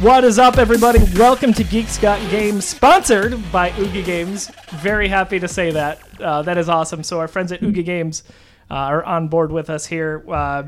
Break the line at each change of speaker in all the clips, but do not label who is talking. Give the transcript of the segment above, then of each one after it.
What is up, everybody? Welcome to Geeks Got Games, sponsored by Oogie Games. Very happy to say that. Uh, that is awesome. So, our friends at Oogie Games uh, are on board with us here. Uh,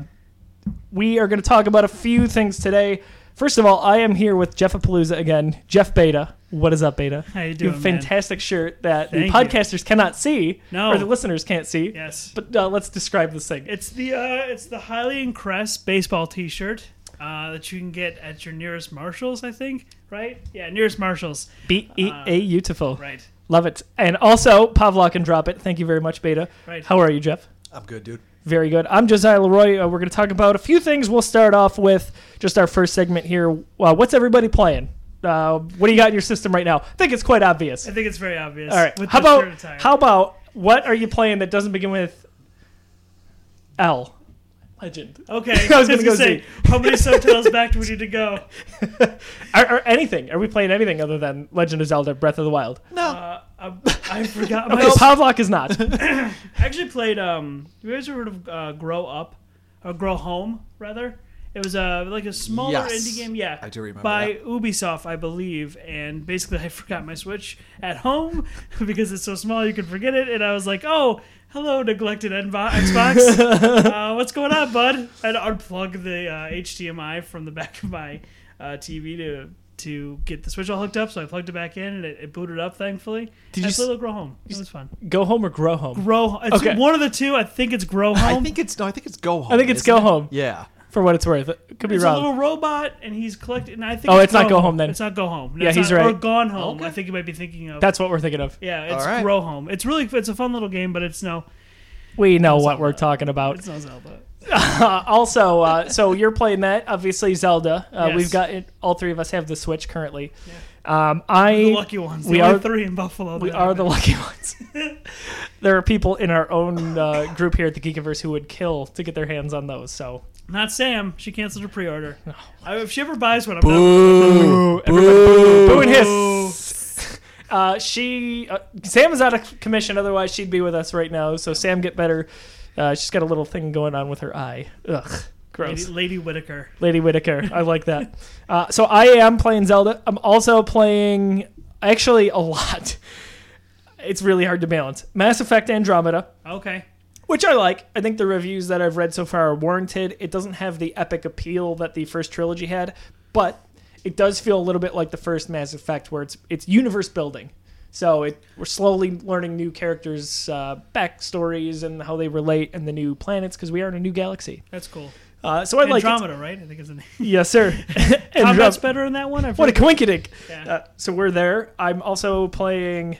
we are going to talk about a few things today. First of all, I am here with Jeff Apalooza again. Jeff Beta. What is up, Beta?
How you
You
doing,
have a
man?
fantastic shirt that
Thank
the
you.
podcasters cannot see,
No.
or the listeners can't see.
Yes.
But uh, let's describe this thing.
It's the uh, it's the Hylian Crest baseball T-shirt uh, that you can get at your nearest Marshalls, I think. Right? Yeah, nearest Marshalls.
B E
Uh,
A beautiful.
Right.
Love it. And also, Pavlok and Drop It. Thank you very much, Beta.
Right.
How are you, Jeff?
I'm good, dude.
Very good. I'm Josiah Leroy. Uh, we're going to talk about a few things. We'll start off with just our first segment here. Uh, what's everybody playing? Uh, what do you got in your system right now? I think it's quite obvious.
I think it's very obvious.
All right.
With
How
the shirt
about
attire.
how about what are you playing that doesn't begin with L? Legend.
Okay.
I was gonna go
say how many subtitles back do we need to go?
Or, or anything? Are we playing anything other than Legend of Zelda: Breath of the Wild?
No.
Uh, I, I forgot.
Okay,
My,
Pavlok is not.
I actually played. Um, you guys ever heard of uh, Grow Up or Grow Home rather? It was uh, like a smaller
Yes.
indie game. Yeah,
I do remember
by
that.
Ubisoft, I believe. And basically, I forgot my Switch at home because it's so small you can forget it. And I was like, "Oh, hello, neglected Envo- Xbox. uh, what's going on, bud?" I'd unplug the uh, HDMI from the back of my uh, TV to to get the Switch all hooked up. So I plugged it back in, and it, it booted up. Thankfully,
Did you
I
s-
played a Grow Home. It was fun.
Go home or grow home.
Grow. It's
Okay.
one of the two. I think it's Grow Home.
I think it's no. I think it's go home.
I think it's
isn't
go
it?
home
Yeah.
for what it's worth. It could be
it's a
wrong.
little robot, and he's collecting. And I think
Oh, it's not Go Home, then.
It's not go home. No,
Yeah,
it's
he's
not- Or
right.
gone home.
Okay.
I think you might be thinking of.
That's what we're thinking of.
yeah, it's
All right.
grow home. It's really it's a fun little game, but it's no
We know what we're talking about.
it's not Zelda.
Uh, also, uh, so you're playing that, obviously Zelda. Uh,
Yes.
We've got it, all three of us have the Switch currently. Um, I
The lucky ones. The
we
only
are-
three in Buffalo.
we
that
are
have
the
it.
lucky ones. there are people in our own uh, group here at the Geekiverse who would kill to get their hands on those. So
Not Sam. She canceled her pre-order. I, if she ever buys one, I'm not.
Boo.
boo and
Boo.
hiss. Uh, she uh, Sam is out of commission. Otherwise, she'd be with us right now. So Sam, get better. Uh, she's got a little thing going on with her eye. Ugh, gross.
Lady, Lady Whitaker.
Lady Whitaker. I like that. Uh, so I am playing Zelda. I'm also playing actually a lot. It's really hard to balance. Mass Effect Andromeda,
Okay.
which I like. I think the reviews that I've read so far are warranted. It doesn't have the epic appeal that the first trilogy had, but it does feel a little bit like the first Mass Effect, where it's it's universe building. So it we're slowly learning new characters' uh, backstories and how they relate, and the new planets because we are in a new galaxy.
That's cool.
Uh, so I like it.
Andromeda, right? I think it's a name.
Yes, sir.
Combat's
Androm-
better in that one. I've
what a
heard.
coinkydink.
Yeah.
Uh, so we're there. I'm also playing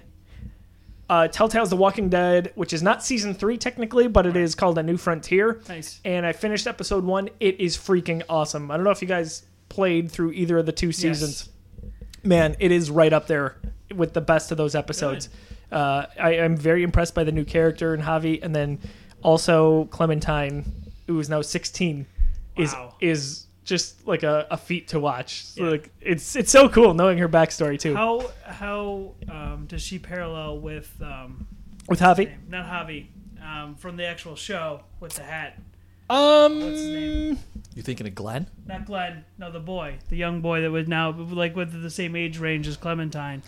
uh, Telltale's The Walking Dead, which is not season three technically, but it is called A New Frontier.
nice.
And I finished episode one. It is freaking awesome. I don't know if you guys played through either of the two seasons. Man, it is right up there with the best of those episodes. Uh, I am very impressed by the new character in Javi, and then also Clementine, who is now 16,
Wow.
is is just like a, a feat to watch. So,
Yeah.
Like it's it's so cool knowing her backstory too
How how um, does she parallel with um,
with Javi.
name? Not Javi. Um, from the actual show with the hat.
Um,
What's his name?
You thinking of Glenn?
Not Glenn. No, the boy. The young boy that was now, like, with the same age range as Clementine.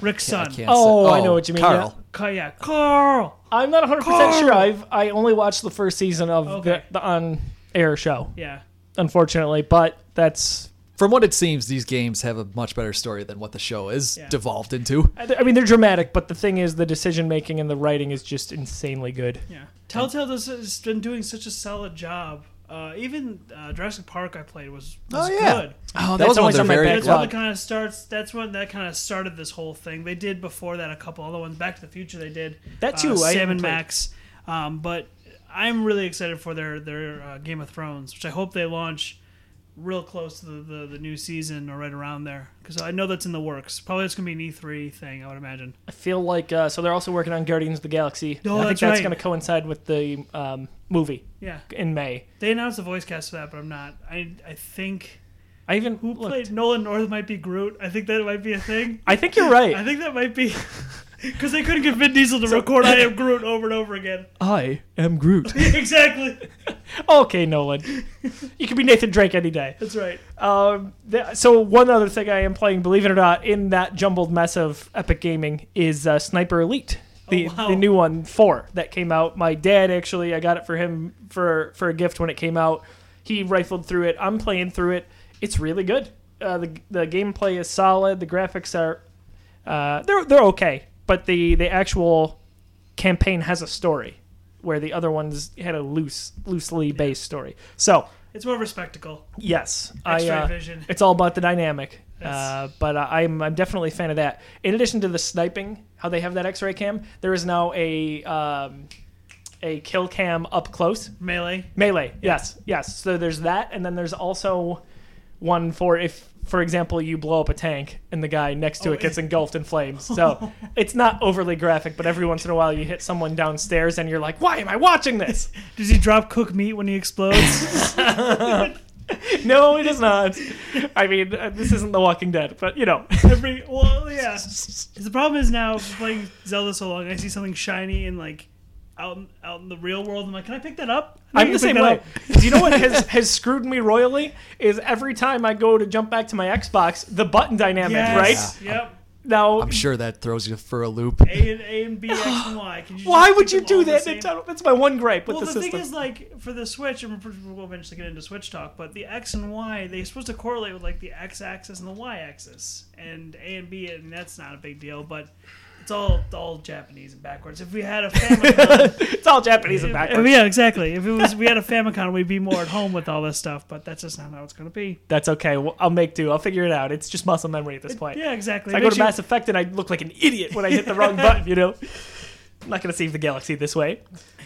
Rick's
I
son.
can't
Oh, I
say-
know what you mean,
Carl.
yeah.
Ca- yeah, Carl.
I'm not 100 percent
Carl!
sure. I've I only watched the first season of
Okay.
the, the on air show.
Yeah.
unfortunately, but that's.
From what it seems, these games have a much better story than what the show is
Yeah.
devolved into.
I I mean, they're dramatic, but the thing is, the decision making and the writing is just insanely good.
Yeah. Telltale does, has been doing such a solid job. Uh, even uh, Jurassic Park I played was, was
Oh, yeah.
good.
Oh,
That was one of their very
That's
Backlog.
when it kind of starts. That's when that kind of started this whole thing. They did before that a couple other ones. Back to the Future they did.
That
uh,
too, I
Sam
haven't
and
played.
Max. Um, but I'm really excited for their their uh, Game of Thrones, which I hope they launch real close to the, the, the new season or right around there because I know that's in the works. Probably it's gonna be an E3 thing, I would imagine.
I feel like uh, so they're also working on Guardians of the Galaxy.
No,
I think
that's
that's
right.
going to coincide with the um, movie
Yeah,
in May.
they announced the voice cast for that, but I'm not. I I think
I even
who
looked.
played Nolan North might be Groot. I think that might be a thing.
I think you're right.
I think that might be. Because they couldn't get Vin Diesel to record I Am Groot over and over again.
I am Groot.
exactly.
okay, Nolan. You could be Nathan Drake any day.
That's right.
Um, th- so one other thing I am playing, believe it or not, in that jumbled mess of Epic Gaming is uh, Sniper Elite, the,
Oh, wow.
the new one four that came out. My dad actually, I got it for him for for a gift when it came out. He rifled through it. I'm playing through it. It's really good. Uh, the the gameplay is solid. The graphics are uh, they're they're okay, but the the actual campaign has a story, where the other ones had a loose loosely based story. So
It's more of a spectacle.
yes, I.
X-ray
Uh,
vision.
it's all about the dynamic.
Yes.
Uh, but I- I'm, I'm definitely a fan of that. In addition to the sniping, how they have that X-ray cam, there is now a um, a kill cam up close
Melee.
melee. Yes, yes. So there's that, and then there's also one for if, for example, you blow up a tank and the guy next to
Oh,
it gets engulfed in flames. So it's not overly graphic, but every once in a while you hit someone downstairs and you're like, why am I watching this?
Does he drop cooked meat when he explodes?
no, it is not. I mean, uh, this isn't The Walking Dead, but you know.
Every well, yeah. The problem is now playing Zelda so long, I see something shiny and like out in- out in the real world. I'm like, can I pick that up? I
I'm
can
the
pick
same
that
way.
up.
Do you know what has, has screwed me royally? Is every time I go to jump back to my Xbox, the button dynamic,
Yes.
right?
Yep.
Now,
I'm sure that throws you for a loop.
A and A and B, X and Y. Can you just
why
keep
would you
them
do
all the
that?
same?
Nintendo? That's my one gripe with
Well,
the,
the thing
system.
is, like for the Switch, and we're- we'll eventually get into Switch talk, but the X and Y they're supposed to correlate with like the X axis and the Y axis, and A and B, and that's not a big deal, but it's all all Japanese and backwards. If we had a Famicom,
it's all Japanese and
I mean,
backwards.
yeah, exactly. If it was we had a Famicom, we'd be more at home with all this stuff, but that's just not how it's going to be.
That's okay. Well, I'll make do. I'll figure it out. It's just muscle memory at this point.
Yeah, exactly.
If I
It
go
makes
to
you-
Mass Effect and I look like an idiot when I hit the wrong button, you know? I'm not going to save the galaxy this way.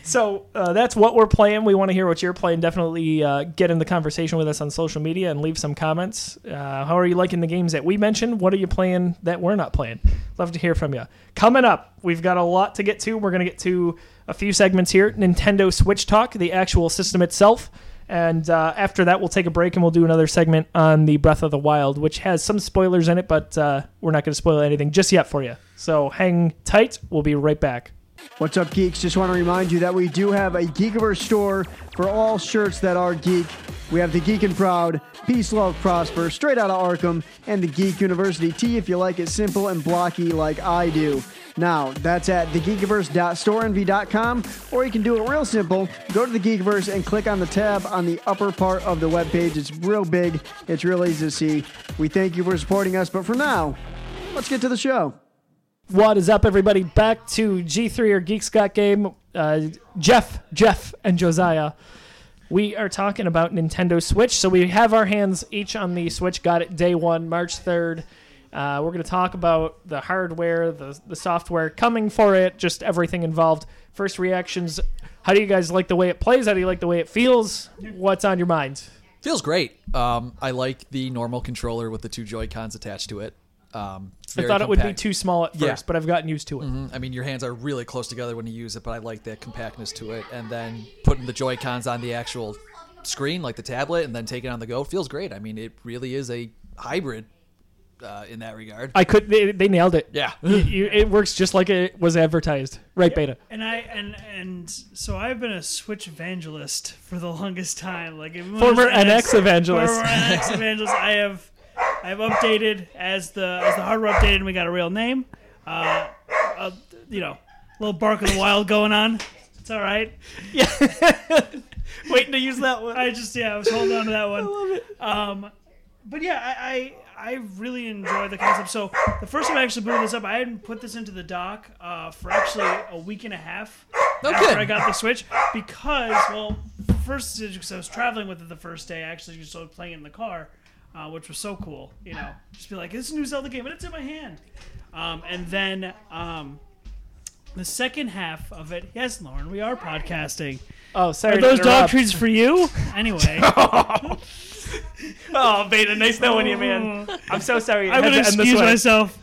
So uh, that's what we're playing. We want to hear what you're playing. Definitely uh, get in the conversation with us on social media and leave some comments. Uh, how are you liking the games that we mentioned? What are you playing that we're not playing? Love to hear from you. Coming up, we've got a lot to get to. We're going to get to a few segments here Nintendo Switch Talk, the actual system itself. And uh, after that, we'll take a break and we'll do another segment on the Breath of the Wild, which has some spoilers in it, but uh, we're not going to spoil anything just yet for you. So hang tight. We'll be right back.
What's up, geeks? Just want to remind you that we do have a Geekiverse store for all shirts that are geek. We have the Geek and Proud, Peace, Love, Prosper, Straight Outta Arkham, and the Geek University T if you like it simple and blocky like I do. Now, that's at thegeekiverse.storeenvy.com, or you can do it real simple. Go to the Geekiverse and click on the tab on the upper part of the webpage. It's real big, it's real easy to see. We thank you for supporting us, but for now, let's get to the show.
What is up, everybody? Back to G3 or Geek Scott game. Uh, Jeff, Jeff, and Josiah. We are talking about Nintendo Switch. So we have our hands each on the Switch. Got it day one, March 3rd. Uh, we're going to talk about the hardware, the, the software coming for it, just everything involved. First reactions. How do you guys like the way it plays? How do you like the way it feels? What's on your mind?
Feels great. Um, I like the normal controller with the two Joy Cons attached to it. Um, it's
I
very
thought it would be
compact.
too small at first,
Yeah. Mm-hmm.
but I've gotten used to it.
I mean, your hands are really close together when you use it, but I like that compactness to it. And then putting the Joy Cons on the actual screen, like the tablet, and then taking it on the go feels great. I mean, it really is a hybrid uh, in that regard.
I could. They, they nailed it.
yeah.
You, it works just like it was advertised. Right, Beta?
And I and and so I've been a Switch evangelist for the longest time. Like it was-
Former
and it's-
NX evangelist.
Former NX evangelist. I have I have updated as the as the hardware updated, and we got a real name. Uh, uh, you know, a little bark of the wild going on. It's all right.
Waiting to use that one.
I just yeah, I was holding on to that one. I love it. Um, but yeah, I, I I really enjoy the concept. So the first time I actually booted this up, I hadn't put this into the dock uh, for actually a week and a half after
good.
I got the Switch because well, first is because I was traveling with it the first day. I actually just started playing it in the car, uh, which was so cool. You know, just be like, this is a new Zelda game, and it's in my hand. Um, and then um, the second half of it, yes, Lauren, we are podcasting.
Oh, sorry.
Are those
to
dog
interrupt.
treats for you? Anyway.
Oh, Beta, nice knowing you, man. I'm so sorry.
Oh. I would
to end
excuse
this way.
myself.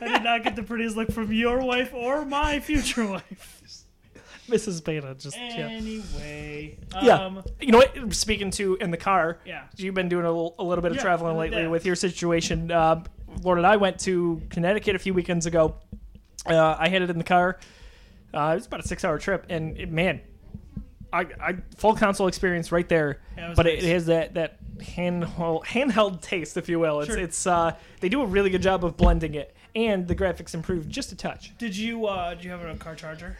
I did not get the prettiest look from your wife or my future wife.
Mrs. Beta, just yeah.
Anyway,
Yeah.
um,
you know what? Speaking to in the car.
Yeah.
You've been doing a little, a little bit of
Yeah,
traveling
yeah.
Um, lately with your situation. Uh, Lord and I went to Connecticut a few weekends ago, Uh, I had it in the car. Uh, it was about a six-hour trip, and it- man, I, I full console experience right there.
Yeah, it was
but it
nice.
has that that handheld handheld taste, if you will. It's
Sure.
it's uh, they do a really good job of blending it, and the graphics improved just a touch.
Did you uh, did you have a car charger?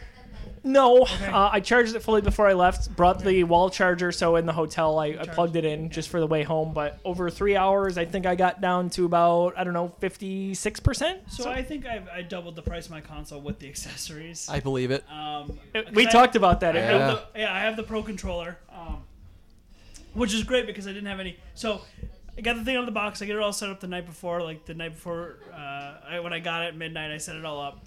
No, uh, I charged it fully before I left. Brought the wall charger, so in the hotel I, I
Charged.
plugged it in just for the way home. But over three hours, I think I got down to about I don't know fifty six percent.
So, I think I've, I doubled the price of my console with the accessories.
I believe it.
um,
We
'cause I-
talked about that.
I have
Yeah.
the- yeah, I have the Pro controller, um, which is great because I didn't have any. So I got the thing out of the box. I get it all set up the night before, like the night before uh, I, when I got it at midnight. I set it all up,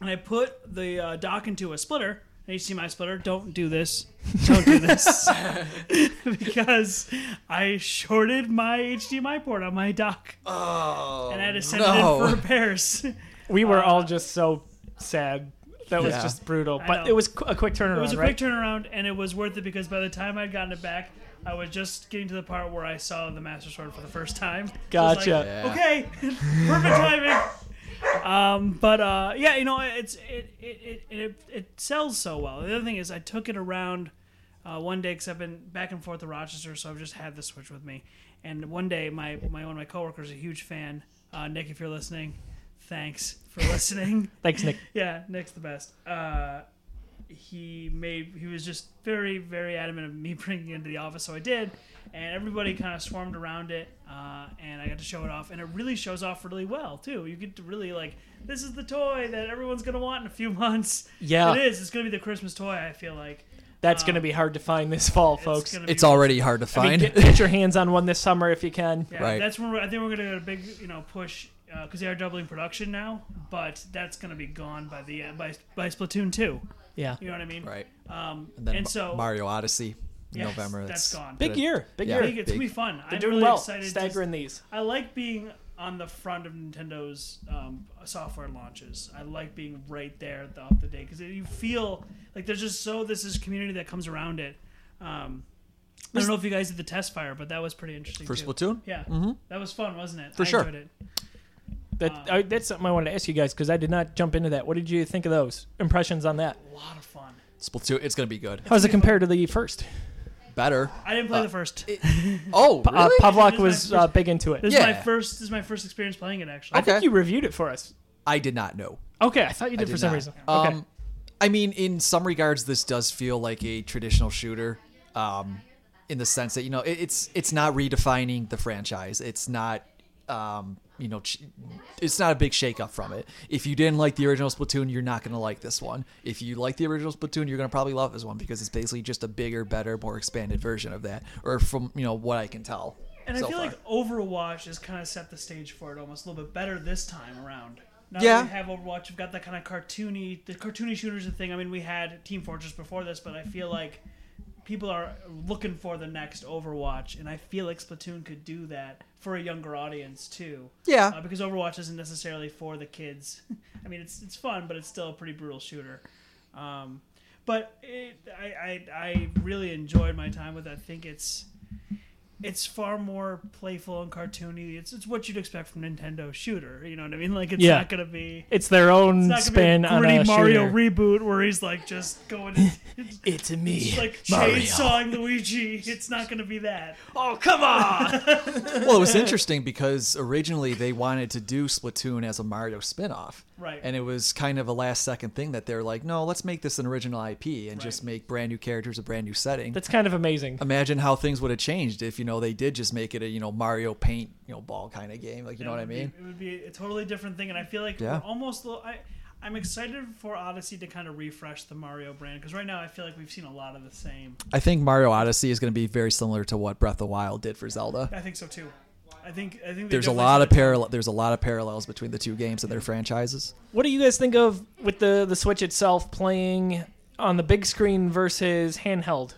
and I put the uh, dock into a splitter, an HDMI splitter. Don't do this. Don't do this because I shorted my HDMI port on my dock,
Oh,
and I had to send
no.
it in for repairs.
We were all just so sad. That was
Yeah.
just brutal.
I
But
know.
it was qu- a quick turnaround,
It was a
right?
quick turnaround, and it was worth it because by the time I'd gotten it back, I was just getting to the part where I saw the Master Sword for the first time. So it's like,
Gotcha. Yeah.
Okay, perfect timing. Um, but uh, yeah, you know, it's it it, it it it sells so well. The other thing is, I took it around uh, one day because I've been back and forth to Rochester, so I've just had the Switch with me. And one day, my my one of my coworkers, a huge fan, uh, Nick, if you're listening, thanks for listening.
Thanks, Nick.
Yeah, Nick's the best. Uh, he made he was just very very adamant of me bringing it into the office, so I did, and everybody kind of swarmed around it, uh, and I got to show it off, and it really shows off really well too. You get to really like this is the toy that everyone's gonna want in a few months.
Yeah.
it is. It's gonna be the Christmas toy. I feel like
That's going to be hard to find this fall,
Uh, It's
folks.
gonna be-
It's already hard to
I mean, get,
find.
get your hands on one this summer if you can.
Yeah,
Right.
that's when we're, I think we're gonna get a big you know push because they are doubling production now, but that's gonna be gone by the uh, by by Splatoon two.
Yeah.
You know what I mean?
right.
Um,
And then
and
Ma-
so
Mario Odyssey, in
Yes,
November.
that's gone.
Big year. Big
Yeah.
year.
I think it's gonna be
Big.
fun.
They're
I'm
doing
really
well.
excited. to-
Staggering these.
I like being on the front of Nintendo's um, software launches. I like being right there at the, off the day because you feel like there's just so this is community that comes around it. Um, I don't know if you guys did the test fire, but that was pretty interesting.
For
too.
Splatoon?
yeah,
Mm-hmm.
that was fun, wasn't it?
For
I
sure.
enjoyed it.
That, I, that's something I wanted to ask you guys because I did not jump into that. What did you think of those impressions on that?
A lot of fun.
Splatoon, it's going to be good.
How does it compare to the first?
Better.
I didn't play
Uh,
the first.
Oh, really?
Uh, Pavlok
This is
was
my
uh,
first-
big into it.
this is
yeah.
my first. This is my first experience playing it actually.
I think
okay.
you reviewed it for us.
I did not know.
Okay, I thought you did,
did
for some
not.
reason.
Um,
okay.
I mean, in some regards, this does feel like a traditional shooter, um, in the sense that you know it, it's it's not redefining the franchise. It's not, um, you know, ch- it's not a big shakeup from it. If you didn't like the original Splatoon, you're not going to like this one. If you like the original Splatoon, you're going to probably love this one because it's basically just a bigger, better, more expanded version of that, or from you know what I can tell.
And I
so
feel
far.
like Overwatch has kind of set the stage for it almost a little bit better this time around. Now that
Yeah.
we have Overwatch, we've got that kind of cartoony, the cartoony shooters and thing. I mean, we had Team Fortress before this, but I feel like people are looking for the next Overwatch, and I feel like Splatoon could do that for a younger audience too.
Yeah.
Uh, because Overwatch isn't necessarily for the kids. I mean, it's it's fun, but it's still a pretty brutal shooter. Um, but it, I, I I really enjoyed my time with it. I think it's it's far more playful and cartoony. It's it's what you'd expect from Nintendo shooter. You know what I mean? Like it's
Yeah.
not gonna be
It's their own
it's not gonna
spin
be a
on
gritty
a
Mario
shooter.
reboot where he's like just going and-
it's me.
like
Mario.
chainsawing Luigi. It's not gonna be that.
oh, come on.
well, it was interesting because originally they wanted to do Splatoon as a Mario spin-off.
Right.
And it was kind of a last second thing that they're like, no, let's make this an original IP and just make brand new characters, a brand new setting.
That's kind of amazing.
Imagine how things would have changed if, you know, they did just make it a, you know, Mario paint, you know, ball kind of game. Like, you know what I
It would
mean?
be- it would be a totally different thing, and I feel like
Yeah.
we're almost. lo- I, I'm excited for Odyssey to kind of refresh the Mario brand because right now I feel like we've seen a lot of the same.
I think Mario Odyssey is going to be very similar to what Breath of the Wild did for Zelda.
I think so too. I think I think they
There's a
definitely
lot of
started-
parallel. There's a lot of parallels between the two games and their franchises.
What do you guys think of with the the Switch itself playing on the big screen versus handheld?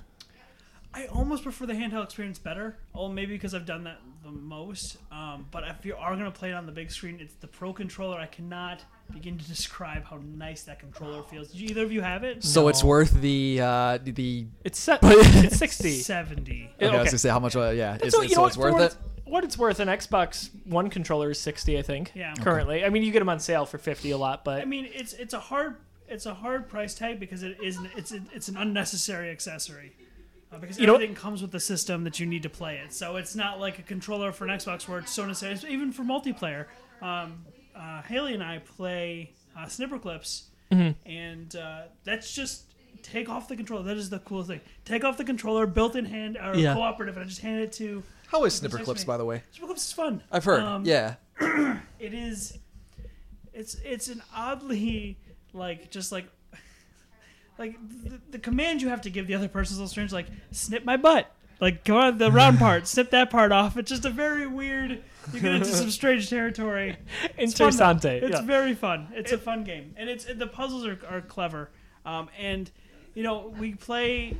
I almost prefer the handheld experience better. Oh, maybe because I've done that the most. Um, but if you are gonna play it on the big screen, it's the Pro controller. I cannot begin to describe how nice that controller feels. Did you, either of you have it?
So it's worth the uh, the.
It's set. it's sixty.
Seventy.
Okay, I
Okay.
was gonna say how much. Uh, yeah, it's,
So,
it's-
you know
so
what,
it's worth
for
it.
what what it's worth, an Xbox One controller is sixty, I think.
Yeah. Okay.
Currently, I mean, you get them on sale for fifty a lot, but
I mean, it's it's a hard it's a hard price tag because it isn't it's it's an unnecessary accessory. Uh, because
You know-
everything comes with the system that you need to play it, so it's not like a controller for an Xbox where it's so necessary. It's Even for multiplayer, um, uh, Haley and I play uh, Snipper Clips,
Mm-hmm.
and uh, that's just take off the controller. That is the coolest thing. Take off the controller, built-in hand or
Yeah.
cooperative, and I just hand it to.
How is Snipper
Excuse
Clips,
me.
by the way?
Snipper Clips is fun.
I've heard.
Um,
yeah.
it is it's it's an oddly like just like like the, the command you have to give the other person's little strange like snip my butt like go on the round part snip that part off it's just a very weird you get into some strange territory it's fun, though.
Interessante.
It's
yeah.
very fun. It's a fun game, and it's the puzzles are, are clever, um, and you know we play.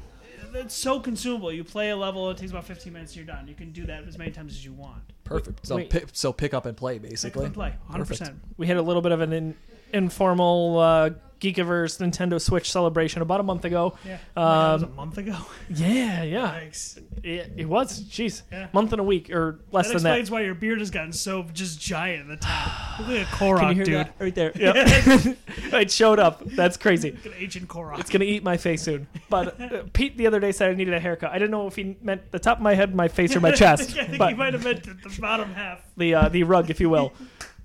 It's so consumable. You play a level, it takes about 15 minutes, you're done. You can do that as many times as you want.
Perfect. So
wait.
pick, so pick up and play
Pick
basically.
and play, 100. percent
we had a little bit of an in, informal uh, Geekiverse Nintendo Switch celebration about a month ago.
Yeah, Um,
God, it Um, was
that was
a
a month ago.
Yeah, yeah,
Thanks.
it, it was. Jeez,
Yeah.
month and a week or less
That
than
explains
that.
why your beard has gotten so just giant at the top. You Look like a Korok, dude.
right there? it showed up. That's crazy.
Like an ancient Korok.
It's gonna eat my face soon. But uh, Pete the other day said I needed a haircut. I didn't know if he meant the top of my head, my face, or my chest.
I think
but
you might have meant the bottom half.
the uh, the rug, if you will.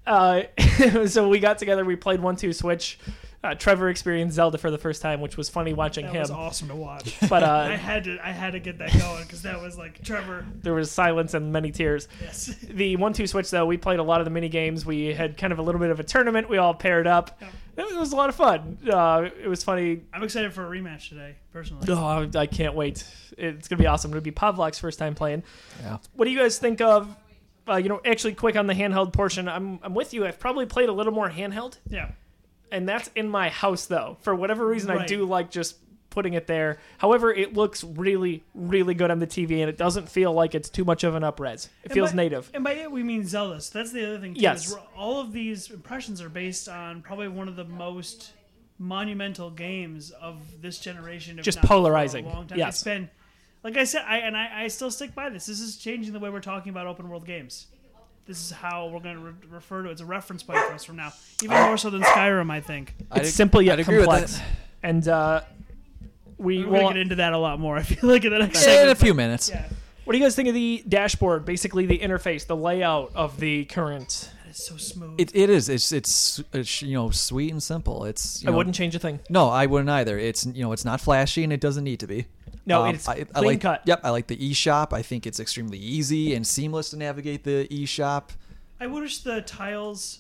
Uh, so we got together. We played one two switch. Uh, Trevor experienced Zelda for the first time, which was funny watching
That
him.
was awesome to watch.
But
I
uh,
had to, I had to get that going because that was like Trevor.
there was silence and many tears.
Yes.
The one two switch though, we played a lot of the mini games. We had kind of a little bit of a tournament. We all paired up. It was a lot of fun. Uh, it was funny.
I'm excited for a rematch today, personally.
Oh, I can't wait. It's gonna be awesome. It'll be Pavlok's first time playing.
Yeah.
What do you guys think of? Uh, you know, actually, quick on the handheld portion. I'm I'm with you. I've probably played a little more handheld.
Yeah.
and that's in my house though. For whatever reason, I
Right.
do like just putting it there. However, it looks really, really good on the TV, and it doesn't feel like it's too much of an upres. It feels
by,
native.
And by it, we mean zealous. that's the other thing. Too,
Yes.
is we're- all of these impressions are based on probably one of the most monumental games of this generation. if
Just
not for a
polarizing.
long time.
Yes.
It's been, like I said, I and I, I still stick by this. This is changing the way we're talking about open world games. This is how we're going to re- refer to it. It's a reference point for us from now, even more so than Skyrim, I think.
I'd
It's
ag-
simple yet
I'd agree with
complex,
that.
and uh, we
We're going
will.
to get into that a lot more. I feel like in the next
In
segment.
a few minutes.
Yeah,
What do you guys think of the dashboard? Basically, the interface, the layout of the current.
it's so smooth.
It, it is. It's, it's it's you know sweet and simple. It's. You
I
know-
wouldn't change a thing.
No, I wouldn't either. It's you know, it's not flashy and it doesn't need to be. Um,
No, it's clean
like,
cut.
Yep, I like the eShop. I think it's extremely easy and seamless to navigate the eShop.
I wish the tiles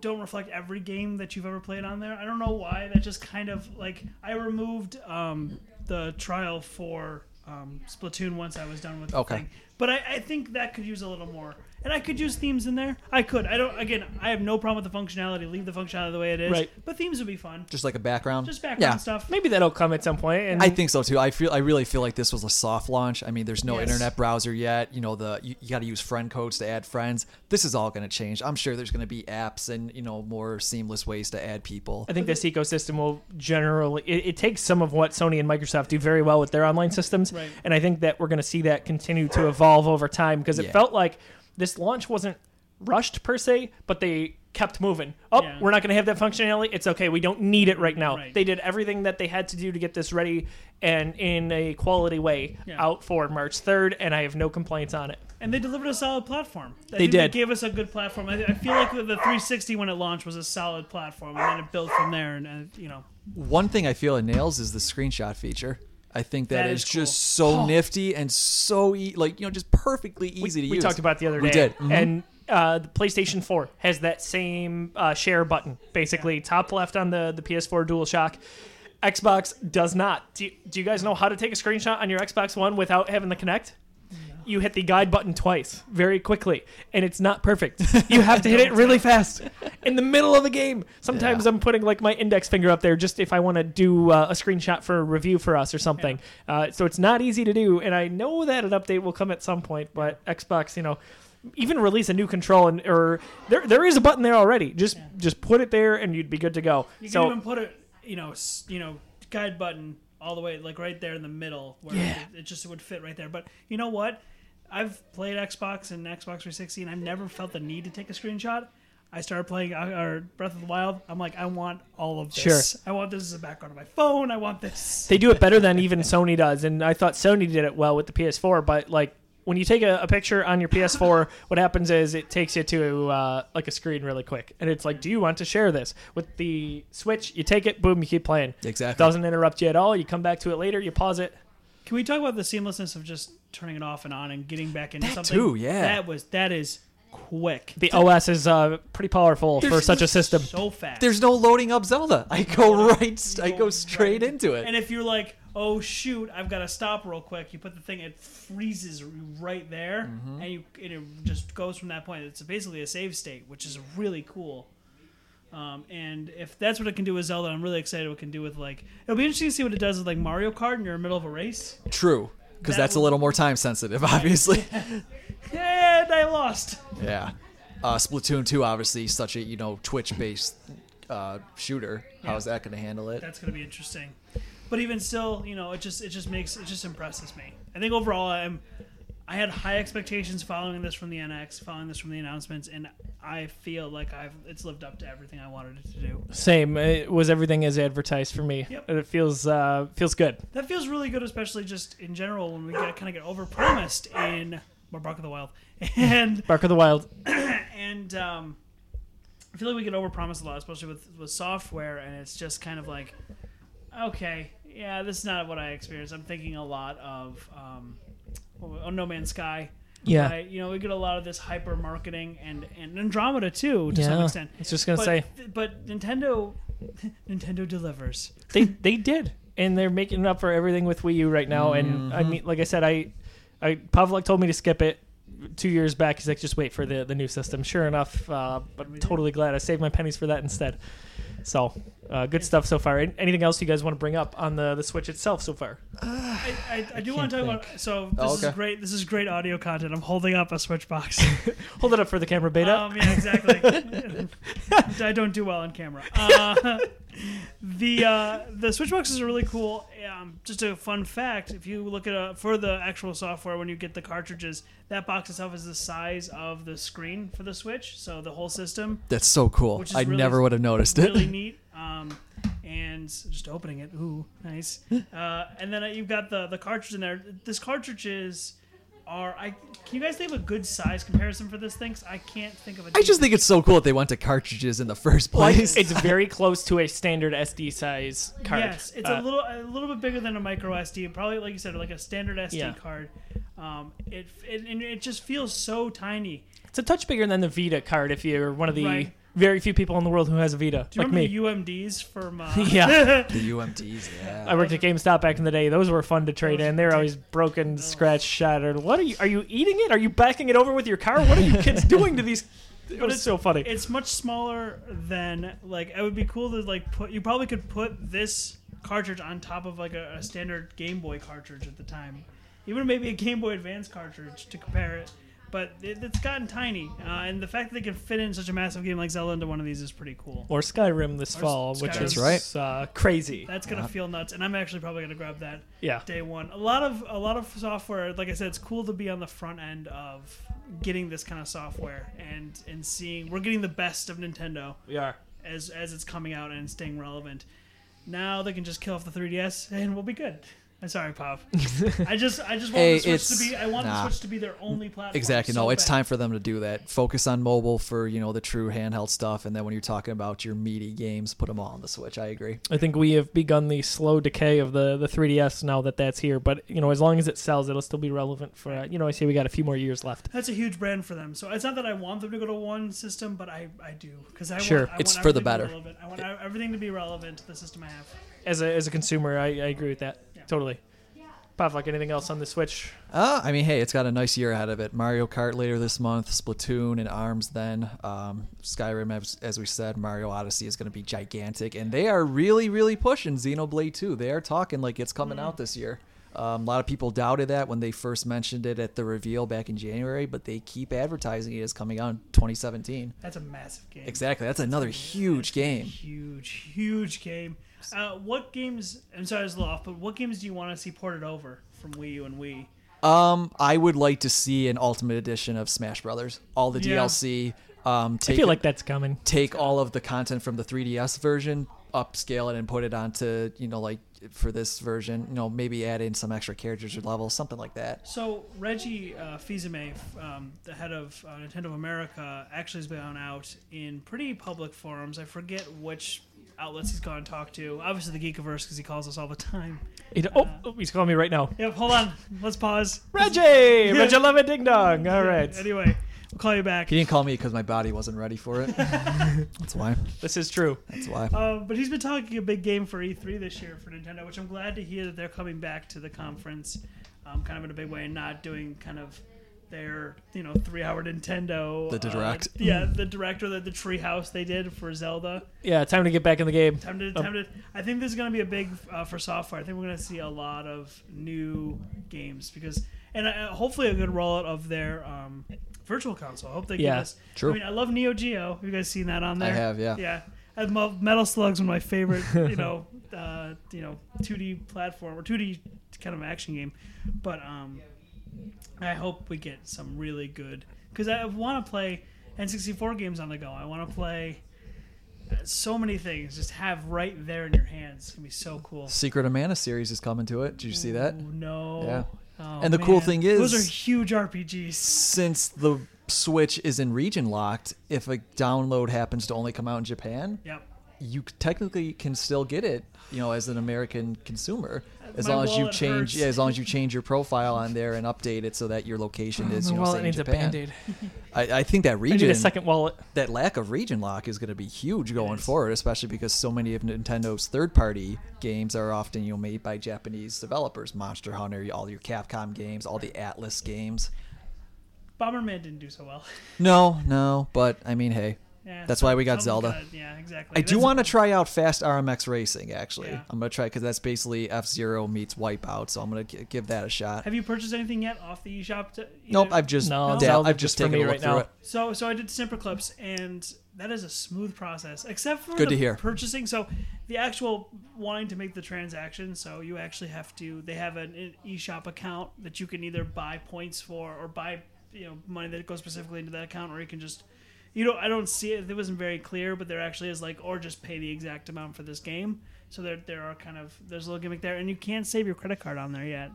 don't reflect every game that you've ever played on there. I don't know why. That just kind of like I removed um, the trial for um, Splatoon once I was done with the
Okay.
thing. But I, I think that could use a little more. And I could use themes in there. I could. I don't. Again, I have no problem with the functionality. Leave the functionality the way it is.
Right.
But themes would be fun.
Just like a background.
Just background
yeah.
stuff.
Maybe that'll come at some point, And
I think so too. I feel I really feel like this was a soft launch. I mean, there's no
Yes.
internet browser yet. You know, the you, you got to use friend codes to add friends. This is all going to change. I'm sure there's going to be apps and you know more seamless ways to add people.
I think this ecosystem will generally it, it takes some of what Sony and Microsoft do very well with their online systems,
Right.
and I think that we're going to see that continue to evolve over time because it
Yeah.
felt like this launch wasn't rushed per se, but they kept moving. Oh,
Yeah.
we're not going to have that functionality. It's okay. We don't need it right now.
Right.
They did everything that they had to do to get this ready and in a quality way
Yeah.
out for March 3rd, and I have no complaints on it.
And they delivered a solid platform. I
They
think
did.
They gave us a good platform. I, I feel like the the 360 when it launched was a solid platform, and then it built from there. And, and you know,
One thing I feel it nails is the screenshot feature. I think
That
is,
is cool.
just so nifty and so e- like you know just perfectly easy to
we
use.
talked about the other day.
We did. Mhm.
And uh, the PlayStation 4 has that same uh, share button, basically top left on the, the PS4 DualShock. Xbox does not. Do you, do you guys know how to take a screenshot on your Xbox One without having the Connect? You hit the guide button twice, very quickly, and it's not perfect. You have to hit it really fast in the middle of the game. Sometimes
Yeah.
I'm putting like my index finger up there just if I want to do uh, a screenshot for a review for us or something. Uh, so it's not easy to do, and I know that an update will come at some point. But Xbox, you know, even release a new control and or there there is a button there already. Just just put it there, and you'd be good to go.
You
so
can even put it, you know, s- you know, guide button all the way, like right there in the middle, where
Yeah.
it, it just would fit right there. But you know what? I've played Xbox and Xbox 360, and I've never felt the need to take a screenshot. I started playing uh, or Breath of the Wild. I'm like, I want all of this.
Sure.
I want this as a background of my phone. I want this.
They do it better than even Sony does, and I thought Sony did it well with the PS4. But like when you take a, a picture on your PS4, what happens is it takes you to uh, like a screen really quick, and it's like, do you want to share this with the Switch? You take it, boom, you keep playing.
Exactly.
Doesn't interrupt you at all. You come back to it later. You pause it.
Can we talk about the seamlessness of just turning it off and on and getting back into
That
something?
too, yeah.
That was that is quick.
The OS is uh, pretty powerful for
There's-
such a system.
so fast.
There's no loading up Zelda. I go right. I go straight into it.
and if you're like, oh shoot, I've got to stop real quick, you put the thing, it freezes right there, and you and it just goes from that point. It's basically a save state, which is really cool. Um, and if that's what it can do with Zelda, I'm really excited what it can do with like. It'll be interesting to see what it does with like Mario Kart, and you're in the middle of a race.
True, because
That
that's a
would-
little more time sensitive, obviously.
And I lost.
yeah. Uh, Splatoon 2, obviously, such a you know Twitch based uh, shooter. How's that going to handle it?
That's gonna be interesting. But even still, you know, it just it just makes it just impresses me. I think overall, I'm I had high expectations following this from the NX, following this from the announcements, and I feel like I've it's lived up to everything I wanted it to do.
Same. It was everything as advertised for me.
Yep.
And It feels uh, feels good.
That feels really good, especially just in general when we get kind of get overpromised in or Bark of the Wild, and
Bark of the Wild.
and um, I feel like we get overpromised a lot, especially with with software, and it's just kind of like, okay, yeah, this is not what I experienced. I'm thinking a lot of um, oh, No Man's Sky.
Yeah.
Right? You know, we get a lot of this hyper marketing and and Andromeda too to
yeah.
some extent.
I was just gonna
But,
say
but Nintendo, Nintendo delivers.
they they did, and they're making up for everything with Wii U right now. And I mean, like I said, I, I Pavlik told me to skip it two years back. He's like, just wait for the the new system. Sure enough, uh, but I'm totally glad I saved my pennies for that instead. So, uh, good stuff so far. An- Anything else you guys want to bring up on the the Switch itself so far?
I, I, I do want to talk about. So this
Oh,
is
okay.
great. This is great audio content. I'm holding up a Switch box.
Hold it up for the camera, Beta.
Um, yeah, exactly. I don't do well on camera. Uh, the uh, the Switch boxes are really cool. Um, just a fun fact: if you look at a, for the actual software, when you get the cartridges, that box itself is the size of the screen for the Switch. So the whole system
That's so cool.
Which is
I
really-
never would have noticed it.
really neat. Um, and just opening it, ooh, nice. Uh, and then uh, you've got the the cartridge in there. This cartridges are I. Can you guys think of a good size comparison for this thing? 'Cause I can't think of a.
I just
decent-
think it's so cool that they went to cartridges in the first
Like,
place.
it's very close to a standard SD size card.
Yes, it's
Uh,
a little a little bit bigger than a micro SD. Probably like you said, like a standard SD
Yeah.
card. Um, it, it and it just feels so tiny.
It's a touch bigger than the Vita card if you're one of the
Right.
very few people in the world who has a Vita,
Do you
like me.
remember the UMDs from? Uh,
Yeah.
the UMDs, yeah.
I worked at GameStop back in the day. Those were fun to trade
Those
in.
were
They're always broken, scratched, shattered. What are you? Are you eating it? Are you backing it over with your car? What are you kids doing to these? It was
it's-
so funny.
it's much smaller than like it would be cool to like put you probably could put this cartridge on top of like a, a standard game boy cartridge at the time even maybe a game boy advance cartridge to compare it but it, it's gotten tiny uh, and the fact that they can fit in such a massive game like zelda into one of these is pretty cool
or Skyrim this
Or
fall, which
Skyrim.
is
That's
uh, crazy.
that's gonna feel nuts and i'm actually probably gonna grab that
Yeah,
day one a lot of a lot of software like i said it's cool to be on the front end of getting this kind of software and and seeing we're getting the best of nintendo
we are.
as as it's coming out and staying relevant. Now they can just kill off the 3DS and we'll be good. I'm sorry, Pop. I just I just want
Hey,
the Switch to
it's-
be I want
nah.
the Switch to be their only platform.
Exactly.
so
No, it's
bad.
time for them to do that. Focus on mobile for you know the true handheld stuff, and then when you're talking about your meaty games, put them all on the Switch. I agree.
I think we have begun the slow decay of the, the 3DS now that that's here. But you know, as long as it sells, it'll still be relevant for. Uh, you know, I say we got a few more years left.
That's a huge brand for them. So it's not that I want them to go to one system, but I I do because I
Sure.
want, I
It's
want
for the
everything to be
better.
relevant. I want e, everything to be relevant to the system I have.
As a as a consumer, I, I agree with that
Yeah.
totally. Pavlik, anything else on the Switch?
Uh, I mean, hey, it's got a nice year ahead of it. Mario Kart later this month, Splatoon and ARMS then. Um, Skyrim, as, as we said, Mario Odyssey is going to be gigantic. And they are really, really pushing Xenoblade 2. They are talking like it's coming
Mm.
out this year. Um, a lot of people doubted that when they first mentioned it at the reveal back in January, but they keep advertising it as coming out in 2017.
That's a massive game.
Exactly. That's another huge game.
Huge, huge game. Uh, what games? I'm sorry, I was a little off, but what games do you want to see ported over from Wii U and Wii?
Um, I would like to see an Ultimate Edition of Smash Brothers, all the
Yeah.
DLC. Um,
I
take,
feel like that's coming.
take all of the content from the 3DS version, upscale it, and put it onto you know like for this version. You know, maybe add in some extra characters or levels, something like that.
So Reggie uh, Fils-Aimé, um, the head of uh, Nintendo of America, actually has gone out in pretty public forums. I forget which outlets he's gone and talked to. Obviously the Geekiverse, because he calls us all the time.
It- oh, oh, he's calling me right now.
Yep, hold on. Let's pause.
Reggie, Reggie Love it, Ding Dong. All right,
Anyway, we'll call you back.
He didn't call me because my body wasn't ready for it. That's why.
this is true.
That's why.
Uh, but he's been talking a big game for E3 this year for Nintendo, which I'm glad to hear that they're coming back to the conference, um, kind of in a big way, and not doing kind of their you know three hour Nintendo
The direct.
Uh, yeah, the director that the treehouse they did for Zelda.
Yeah, time to get back in the game.
Time
Oh.
to, time to, I think this is going to be a big uh, for software. I think we're going to see a lot of new games because, and uh, hopefully a good rollout of their um, virtual console. I hope they
Yeah,
give us.
true.
I mean, I love Neo Geo. Have you guys seen that on
I
there?
have, yeah.
Yeah, I love Metal Slug's one of my favorite, you know, uh, you know, 2D platform or 2D kind of action game. But um, I hope we get some really good because I want to play N64 games on the go. I want to play uh, so many things just have right there in your hands. It's gonna be so cool.
Secret of Mana series is coming to it. Did you see that?
Oh, no.
Yeah.
Oh,
And the cool
man.
thing
those
is-
are huge RPGs.
Since the Switch isn't region locked, if a download happens to only come out in Japan,
Yep.
you technically can still get it, you know, as an American consumer, as
My
long as you
wallet
change,
hurts.
yeah, as long as you change your profile on there and update it so that your location is, you know,
wallet
say in
needs a
Japan.
Band-Aid.
I, I think that
I need
region,
a second wallet.
that lack of region lock is going to be huge going
is.
forward, especially because so many of Nintendo's third-party games are often, you know, made by Japanese developers. Monster Hunter, all your Capcom games, all the Atlas games.
Bomberman didn't do so well.
No, no, but I mean, hey,
Yeah,
That's
so-
why we got
something
Zelda.
good. Yeah, exactly.
I do
That's-
want to try out Fast RMX Racing. Actually,
Yeah.
I'm gonna try because that's basically F Zero meets Wipeout, so I'm gonna g- give that a shot.
Have you purchased anything yet off the eShop? To,
nope,
either?
I've just
No,
dab-
Zelda
I've
just
just
for me
taken a look
right
through
now.
it.
So so I did Simper Clips, and that is a smooth process, except for
Good
the
to hear.
purchasing. So the actual wanting to make the transaction, so you actually have to. They have an an e, eShop account that you can either buy points for or buy you know money that goes specifically into that account, or you can just. You know, I don't see it. It wasn't very clear, but there actually is like, or just pay the exact amount for this game. So there, there are kind of there's a little gimmick there, and you can't save your credit card on there yet.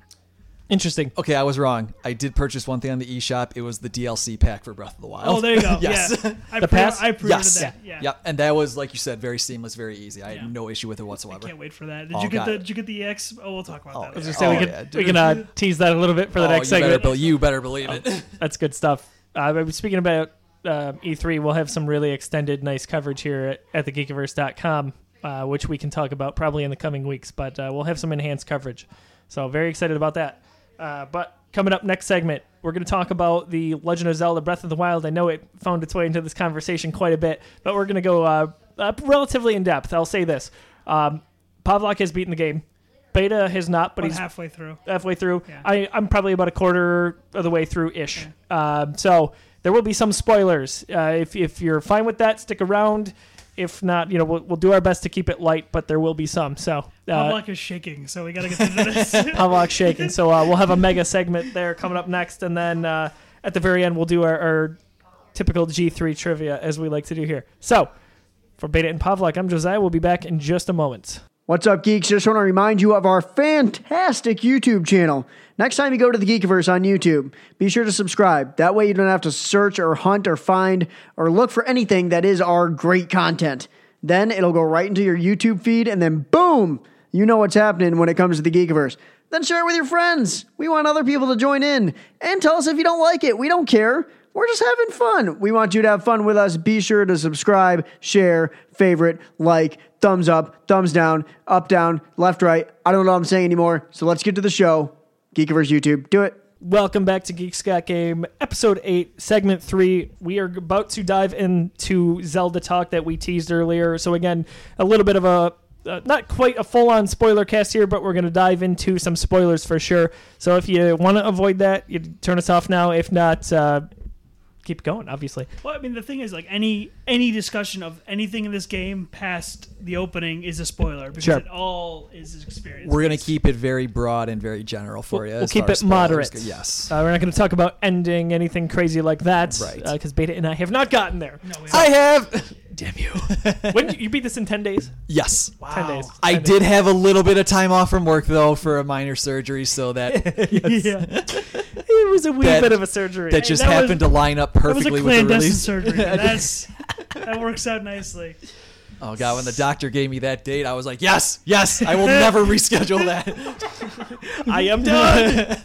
Interesting.
Okay, I was wrong. I did purchase one thing on the eShop. It was the DLC pack for Breath of the Wild.
Oh, there you go.
yes.
Yeah, I
The
pre-
pass?
I pre-ordered
Yes.
that. Yeah.
Yep. And that was, like you said, very seamless, very easy. I
Yeah.
had no issue with it
I
whatsoever.
can't wait for that. Did
Oh,
you get
got
the
it.
Did you get the EX? Oh, we'll talk about that.
yeah.
later.
So we
Oh,
can
yeah, dude.
we can uh, tease that a little bit for the
Oh,
next
you better,
segment.
be- you better believe it.
That's good stuff. Uh, but speaking about uh, E3, we'll have some really extended, nice coverage here at, at thegeekiverse.com, uh, which we can talk about probably in the coming weeks, but uh, we'll have some enhanced coverage. So, very excited about that. Uh, but coming up next segment, we're going to talk about the Legend of Zelda Breath of the Wild. I know it found its way into this conversation quite a bit, but we're going to go uh, uh, relatively in depth. I'll say this um, Pavlok has beaten the game. Beta has not, but
About
he's
halfway through.
halfway through.
Yeah.
I, I'm probably about a quarter of the way through ish. Um, so there will be some spoilers. Uh, if, if you're fine with that, stick around. If not, you know we'll, we'll do our best to keep it light, but there will be some. So uh,
Pavlok is shaking, so we gotta get through this.
Pavlok shaking. So uh, we'll have a mega segment there coming up next, and then uh, at the very end we'll do our, our typical G3 trivia as we like to do here. So for Beta and Pavlok, I'm Josiah. We'll be back in just a moment.
What's up, geeks? Just want to remind you of our fantastic YouTube channel. Next time you go to the Geekiverse on YouTube, be sure to subscribe. That way you don't have to search or hunt or find or look for anything that is our great content. Then it'll go right into your YouTube feed, and then boom, you know what's happening when it comes to the Geekiverse. Then share it with your friends. We want other people to join in and tell us if you don't like it. We don't care. We're just having fun. We want you to have fun with us. Be sure to subscribe, share, favorite, like, thumbs up, thumbs down, up, down, left, right. I don't know what I'm saying anymore. So let's get to the show. Geekiverse YouTube. Do it.
Welcome back to Geek Scott Game, episode 8, segment 3. We are about to dive into Zelda talk that we teased earlier. So, again, a little bit of a uh, not quite a full on spoiler cast here, but we're going to dive into some spoilers for sure. So, if you want to avoid that, you turn us off now. If not, uh, keep going. Obviously,
Well, I mean, the thing is, like any any discussion of anything in this game past the opening is a spoiler because
Sure.
it all is experience.
We're gonna keep it very broad and very general for you.
we'll keep it moderate.
Yes.
uh, we're not going to talk about ending anything crazy like that,
Right.
Because Beta and I have not gotten there.
No, we
I have. Damn you.
when did you, you beat this in ten days?
yes.
wow.
Ten days.
I did have a little bit of time off from work though for a minor surgery, so that
Yeah, that,
It was a wee
That-
bit of a surgery.
that just
that was-
happened to line up
was a
perfectly with the
clandestine
release.
surgery. That's that works out nicely.
Oh god, when the doctor gave me that date, I was like, yes, yes, I will never reschedule that.
I am done.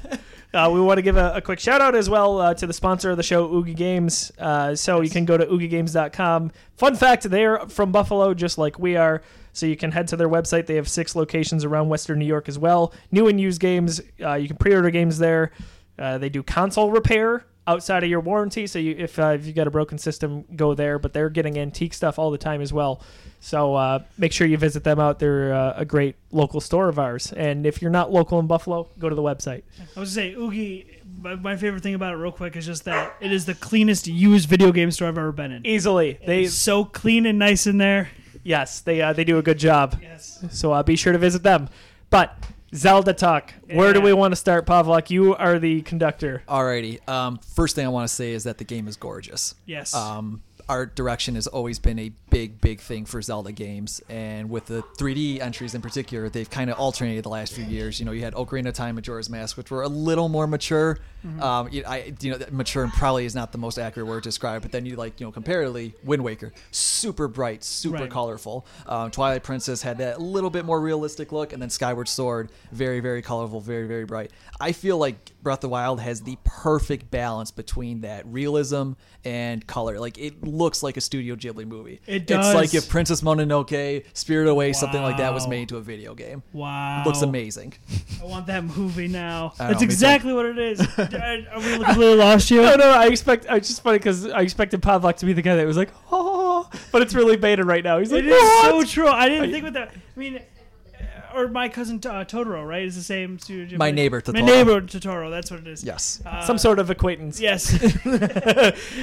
Uh, we want to give a, a quick shout out as well uh, to the sponsor of the show, Oogie Games. Uh, so you can go to oogiegames.com. Fun fact, they're from Buffalo, just like we are. So you can head to their website. They have six locations around Western New York as well. New and used games. Uh, you can pre order games there. Uh, they do console repair outside of your warranty. So you, if, uh, if you've got a broken system, go there. But they're getting antique stuff all the time as well. So uh, make sure you visit them out. They're uh, a great local store of ours. And if you're not local in Buffalo, go to the website.
I was gonna say Oogie. My, my favorite thing about it, real quick, is just that it is the cleanest used video game store I've ever been in.
Easily, they
It's so clean and nice in there.
yes, they uh, they do a good job.
Yes.
So uh, be sure to visit them. But Zelda talk. Where do
Yeah.
we want to start, Pavlok? You are the conductor.
Alrighty. Um, first thing I want to say is that the game is gorgeous.
Yes.
Um, art direction has always been a big, big thing for Zelda games, and with the 3D entries in particular, they've kind of alternated the last few years. You know, you had Ocarina of Time, Majora's Mask, which were a little more mature.
Mm-hmm.
Um, you, I, you know, that mature probably is not the most accurate word to describe, but then you like, you know, comparatively, Wind Waker, super bright, super
Right.
colorful. Um, Twilight Princess had that little bit more realistic look, and then Skyward Sword, very, very colorful, very, very bright. I feel like Breath of the Wild has the perfect balance between that realism and color. Like it looks like a Studio Ghibli movie.
It
It's
does.
like if Princess Mononoke, Spirit Away, something like that was
Wow.
made to a video game.
wow.
Looks amazing.
I want that movie now.
I know,
That's
me too.
exactly what it is. Are are we completely lost you?
Oh no, I expect. I just funny because I expected Pavlok to be the guy that was like, oh, but it's really beta right now. He's like,
It is so
"What?"
true. I didn't think about that. I mean, uh, or my cousin uh, Totoro, right? Is the same studio. Ghibli.
My neighbor
My
Totoro.
neighbor Totoro. That's what it is.
Yes.
Uh,
some sort of acquaintance.
Yes.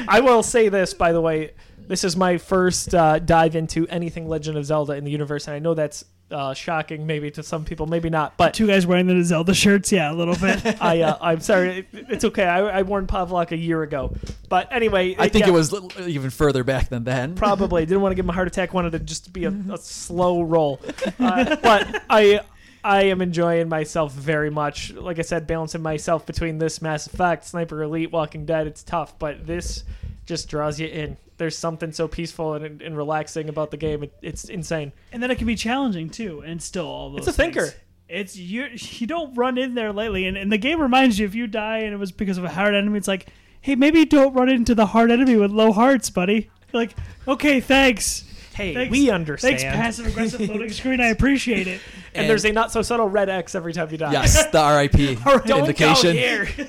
I will say this, by the way. This is my first uh, dive into anything Legend of Zelda in the universe, and I know that's uh, shocking, maybe to some people, maybe not. But
Two guys wearing the Zelda shirts. Yeah, a little bit.
I, uh, I'm sorry, it, it's okay. I, I warned Pavlok a year ago, but anyway,
I think
yeah,
it was li- even further back than then.
probably didn't want to give him a heart attack. Wanted to just be a, a slow roll, uh, but I. I am enjoying myself very much. Like I said, balancing myself between this Mass Effect, Sniper Elite, Walking Dead, it's tough, but this just draws you in. There's something so peaceful and, and relaxing about the game. It, it's insane.
and then it can be challenging too, and still all
It's
those.
a thinker.
things. It's you. You don't run in there lightly, and, and the game reminds you if you die and it was because of a hard enemy. It's like, hey, maybe don't run into the hard enemy with low hearts, buddy. Like, okay, thanks.
Hey,
Thanks-
we understand.
Thanks, passive aggressive loading screen. I appreciate it.
and, there's a not so subtle red X every time you die.
yes, the RIP
Don't
indication.
go here,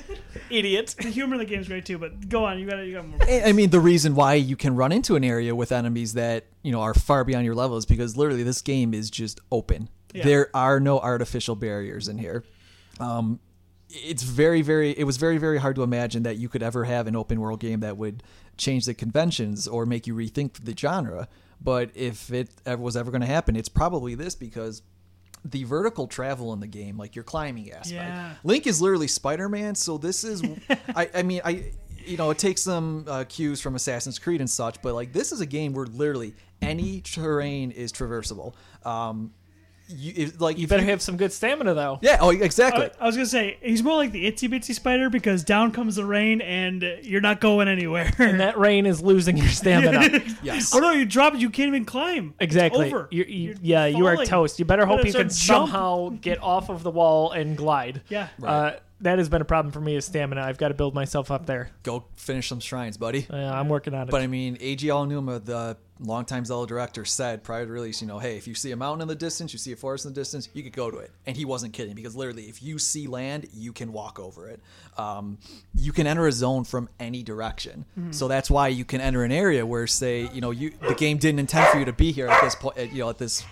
idiot.
The humor of the game is great too, but go on. You got to You got more.
I I mean, the reason why you can run into an area with enemies that you know are far beyond your level is because literally this game is just open.
Yeah.
There are no artificial barriers in here. Um, it's very, very. It was very, very hard to imagine that you could ever have an open world game that would change the conventions or make you rethink the genre. But if it ever was ever going to happen, it's probably this because the vertical travel in the game, like your climbing aspect,
Yeah.
Link is literally Spider Man, so this is, I, I mean, I, you know, it takes some uh, cues from Assassin's Creed and such, but like this is a game where literally any terrain is traversable. Um, you if, like
You better have some good stamina though.
yeah, oh, exactly.
I, I was gonna say he's more like the itsy bitsy spider because down comes the rain and you're not going anywhere.
And that rain is losing your stamina.
yes.
oh no, you drop it. You can't even climb.
Exactly.
It's over.
You're, you,
You're
yeah, you are
falling.
toast. You better hope
But
you
it's
can
a jump.
somehow get off of the wall and glide.
Yeah.
Uh, that has been a problem for me is stamina. I've got to build myself up there.
Go finish some shrines, buddy.
Uh, I'm working on it.
But I mean, A.G. Aonuma, the longtime Zelda director, said prior to release, you know, hey, if you see a mountain in the distance, you see a forest in the distance, you could go to it. And he wasn't kidding because literally, if you see land, you can walk over it. Um, you can enter a zone from any direction, so that's why you can enter an area where, say, you know, you the game didn't intend for you to be here at this point, you know, at this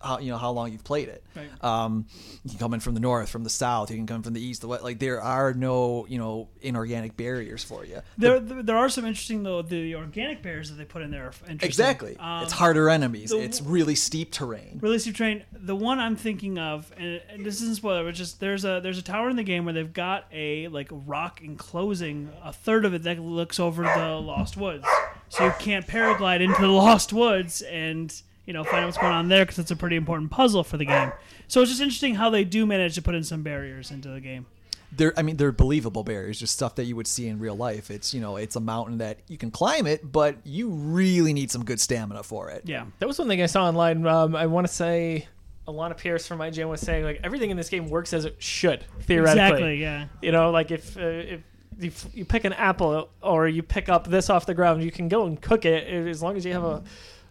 how you know how long you've played it.
Right.
Um, you can come in from the north, from the south. You can come from the east, the west. Like there are no you know inorganic barriers for you.
There, there are some interesting though. The organic bears that they put in there are f- interesting.
Exactly.
Um,
it's harder enemies.
the-
it's really steep terrain.
Really steep train. The one I'm thinking of, and, and this isn't spoiler, but just there's a there's a tower in the game where they've got a like rock enclosing a third of it that looks over the Lost Woods, so you can't paraglide into the Lost Woods and you know find out what's going on there because it's a pretty important puzzle for the game. So it's just interesting how they do manage to put in some barriers into the game.
They're, I mean, they're believable barriers, just stuff that you would see in real life. It's you know, it's a mountain that you can climb it, but you really need some good stamina for it.
Yeah.
That was one thing I saw online. Um, I want to say Alana Pierce from IGN was saying like everything in this game works as it should theoretically.
Exactly. Yeah.
You know, like if uh, if you, f- you pick an apple or you pick up this off the ground, you can go and cook it a- as long as you have a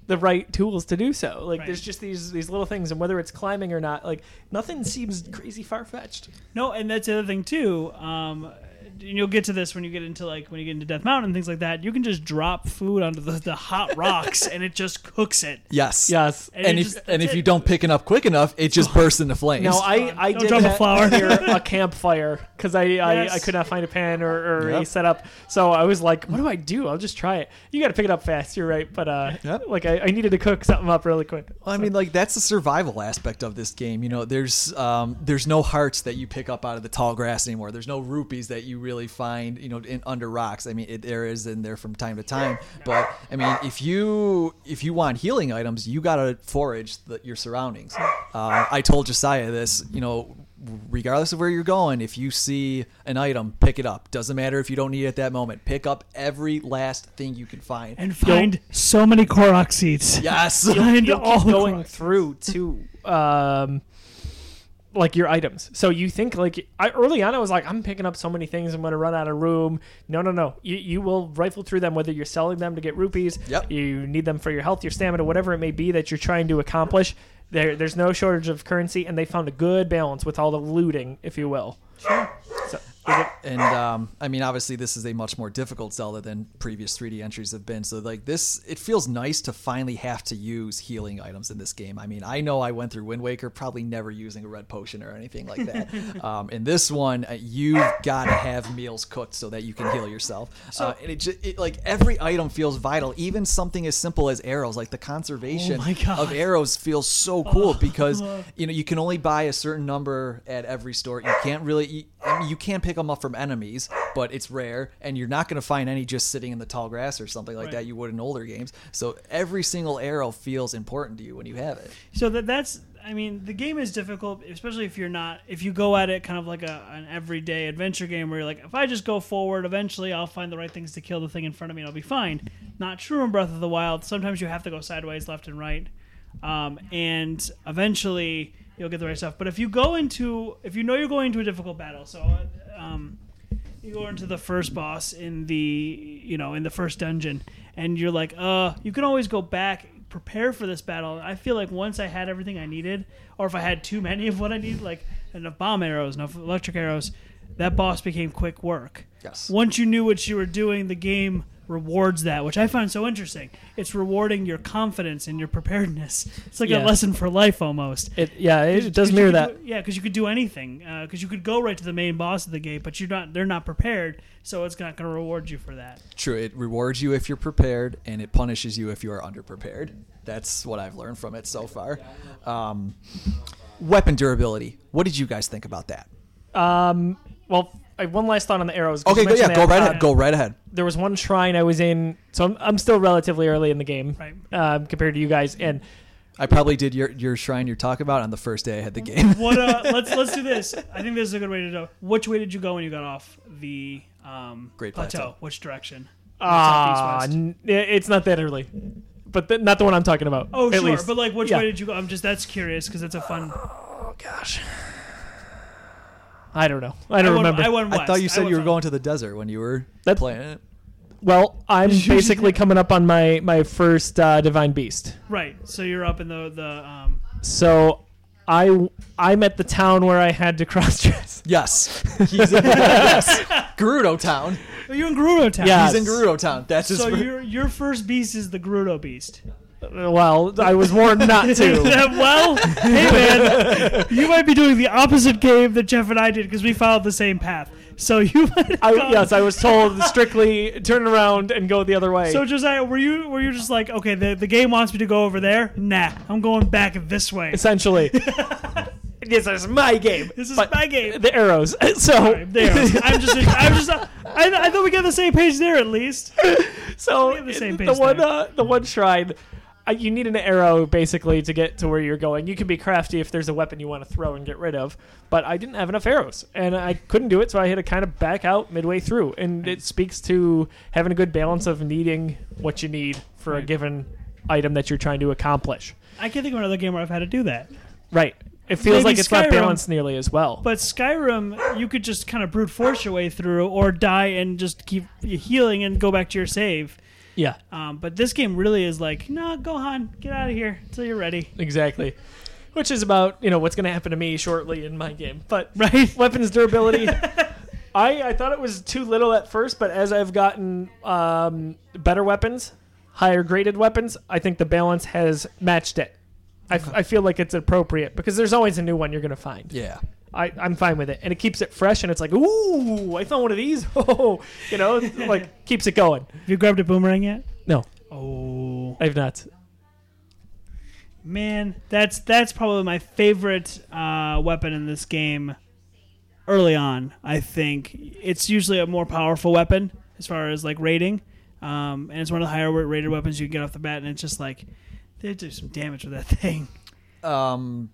the right tools to do so. Like
Right.
there's just these these little things, and whether it's climbing or not, like nothing seems crazy far fetched.
No, and that's the other thing too. Um, and you'll get to this when you get into like when you get into Death Mountain and things like that. You can just drop food onto the, the hot rocks and it just cooks it.
Yes.
Yes.
And
And,
it
if
just-
and if
that's
you
it.
don't pick it up quick enough, it just bursts into flames.
No, I, I
Don't
did
drop a
that
flower.
near a campfire because I, I, I
Yes.
could not find a pan or, or a
Yep.
setup. So I was like, what do I do? I'll just try it. You got to pick it up fast. You're right. But uh,
Yep.
like I, I needed to cook something up really quick.
I mean, like that's the survival aspect of this game. You know, there's um, there's no hearts that you pick up out of the tall grass anymore. There's no rupees that you really find, you know, in under rocks. I mean, it, there is in there from time to time, but I mean, if you if you want healing items, you gotta forage the, your surroundings. Uh, I told Josiah this. You know, regardless of where you're going, if you see an item, pick it up. Doesn't matter if you don't need it at that moment. Pick up every last thing you can find.
And find so many Korok seeds.
yes.
Find
You'll
all
keep
the
going
Korok seeds.
through to um, like your items. So you think like I early on I was like I'm picking up so many things I'm gonna run out of room. No, no, no. You you will rifle through them whether you're selling them to get rupees.
Yep.
You need them for your health, your stamina, whatever it may be that you're trying to accomplish. There, there's no shortage of currency, and they found a good balance with all the looting, if you will. Sure. So,
and um, I mean, obviously, this is a much more difficult Zelda than previous 3D entries have been. So, like this, it feels nice to finally have to use healing items in this game. I mean, I know I went through Wind Waker probably never using a red potion or anything like that. um, in this one, uh, you've got to have meals cooked so that you can heal yourself. uh, and it, just, it like every item feels vital, even something as simple as arrows. Like the conservation
my God.
of arrows feels so cool because you know you can only buy a certain number at every store. You can't really you, I mean, you can pick them up from enemies, but it's rare, and you're not going to find any just sitting in the tall grass or something like
Right.
that you would in older games. So every single arrow feels important to you when you have it.
So that that's I mean the game is difficult, especially if you're not if you go at it kind of like a, an everyday adventure game where you're like if I just go forward, eventually I'll find the right things to kill the thing in front of me and I'll be fine. Not true in Breath of the Wild. Sometimes you have to go sideways, left and right, um, and eventually you'll get the right stuff. But if you go into if you know you're going into a difficult battle, so. Um, you go into the first boss in the you know in the first dungeon and you're like uh you can always go back prepare for this battle i feel like once i had everything i needed or if i had too many of what i needed like enough bomb arrows enough electric arrows that boss became quick work
Yes.
once you knew what you were doing the game rewards that which i find so interesting it's rewarding your confidence and your preparedness it's like
Yeah.
a lesson for life almost
it, yeah, it, it does
you
mirror
could
that.
do- yeah, because you could do anything. Because you could go right to the main boss of the game, but you're not. They're not prepared, so it's not going to reward you for that.
True, it rewards you if you're prepared, and it punishes you if you are underprepared. That's what I've learned from it so far. Um, weapon durability. What did you guys think about that?
Um, well, I have one last thought on the arrows. 'cause
Okay,
you
go, yeah,
mentioned
go
that.
right
Uh,
ahead. Go right ahead.
there was one shrine I was in, so I'm, I'm still relatively early in the game
Right.
um, compared to you guys. And
I probably did your your shrine you're talking about on the first day I had the game.
What? Uh, let's let's do this. I think this is a good way to do. Which way did you go when you got off the um,
Great
plateau?
Plateau.
Which direction?
ah,
Southeast, west.
n- it's not that early, but th- not the one I'm talking about.
Oh,
at
sure.
least.
But like, which
Yeah.
way did you go? I'm just that's curious because it's a fun.
oh gosh, I don't know. I don't
went,
remember.
I went west.
I thought you said
went
you were
south.
going to the desert when you were
That-
playing it.
well, I'm basically coming up on my my first uh, divine beast.
right. So you're up in the the. Um,
So, I I'm at the town where I had to cross dress.
Yes, he's in yes. Gerudo Town.
oh, you're in Gerudo Town.
Yeah.
He's in Gerudo Town. That's his.
So your your first beast is the Gerudo beast.
Well, I was warned not to.
well, hey man, you might be doing the opposite game that Jeff and I did because we followed the same path. So you might.
I, yes, I was told strictly turn around and go the other way.
So Josiah, were you were you just like, okay, the, the game wants me to go over there? Nah, I'm going back this way.
essentially, this is my game.
This is
But
my game.
The arrows. So
There, I'm just, I'm just, I, I thought we got the same page there at least.
So
have the same
the
base
one,
there.
uh, the one shrine, uh, you need an arrow basically to get to where you're going. You can be crafty if there's a weapon you want to throw and get rid of, but I didn't have enough arrows and I couldn't do it, so I had to kind of back out midway through. And it speaks to having a good balance of needing what you need for a given item that you're trying to accomplish.
I can't think of another game where I've had to do that.
Right. It feels
Maybe
like it's not
Skyrim,
balanced nearly as well.
But Skyrim, you could just kind of brute force your way through, or die and just keep healing and go back to your save.
yeah,
Um, but this game really is like, no, Gohan, get out of here until you're ready.
exactly. Which is about you know what's going to happen to me shortly in my game, but
Right?
weapons durability. I, I thought it was too little at first, but as I've gotten um, better weapons, higher graded weapons, I think the balance has matched it. I, f- I feel like it's appropriate because there's always a new one you're going to find.
Yeah.
I, I'm fine with it. And it keeps it fresh, and it's like, ooh, I found one of these. Oh, you know, it's like keeps it going.
Have you grabbed a boomerang yet?
No,
Oh
I've not.
man, that's that's probably my favorite uh, weapon in this game. Early on, I think it's usually a more powerful weapon as far as like rating, um, and it's one of the higher rated weapons you can get off the bat. And it's just like they do some damage with that thing,
Um,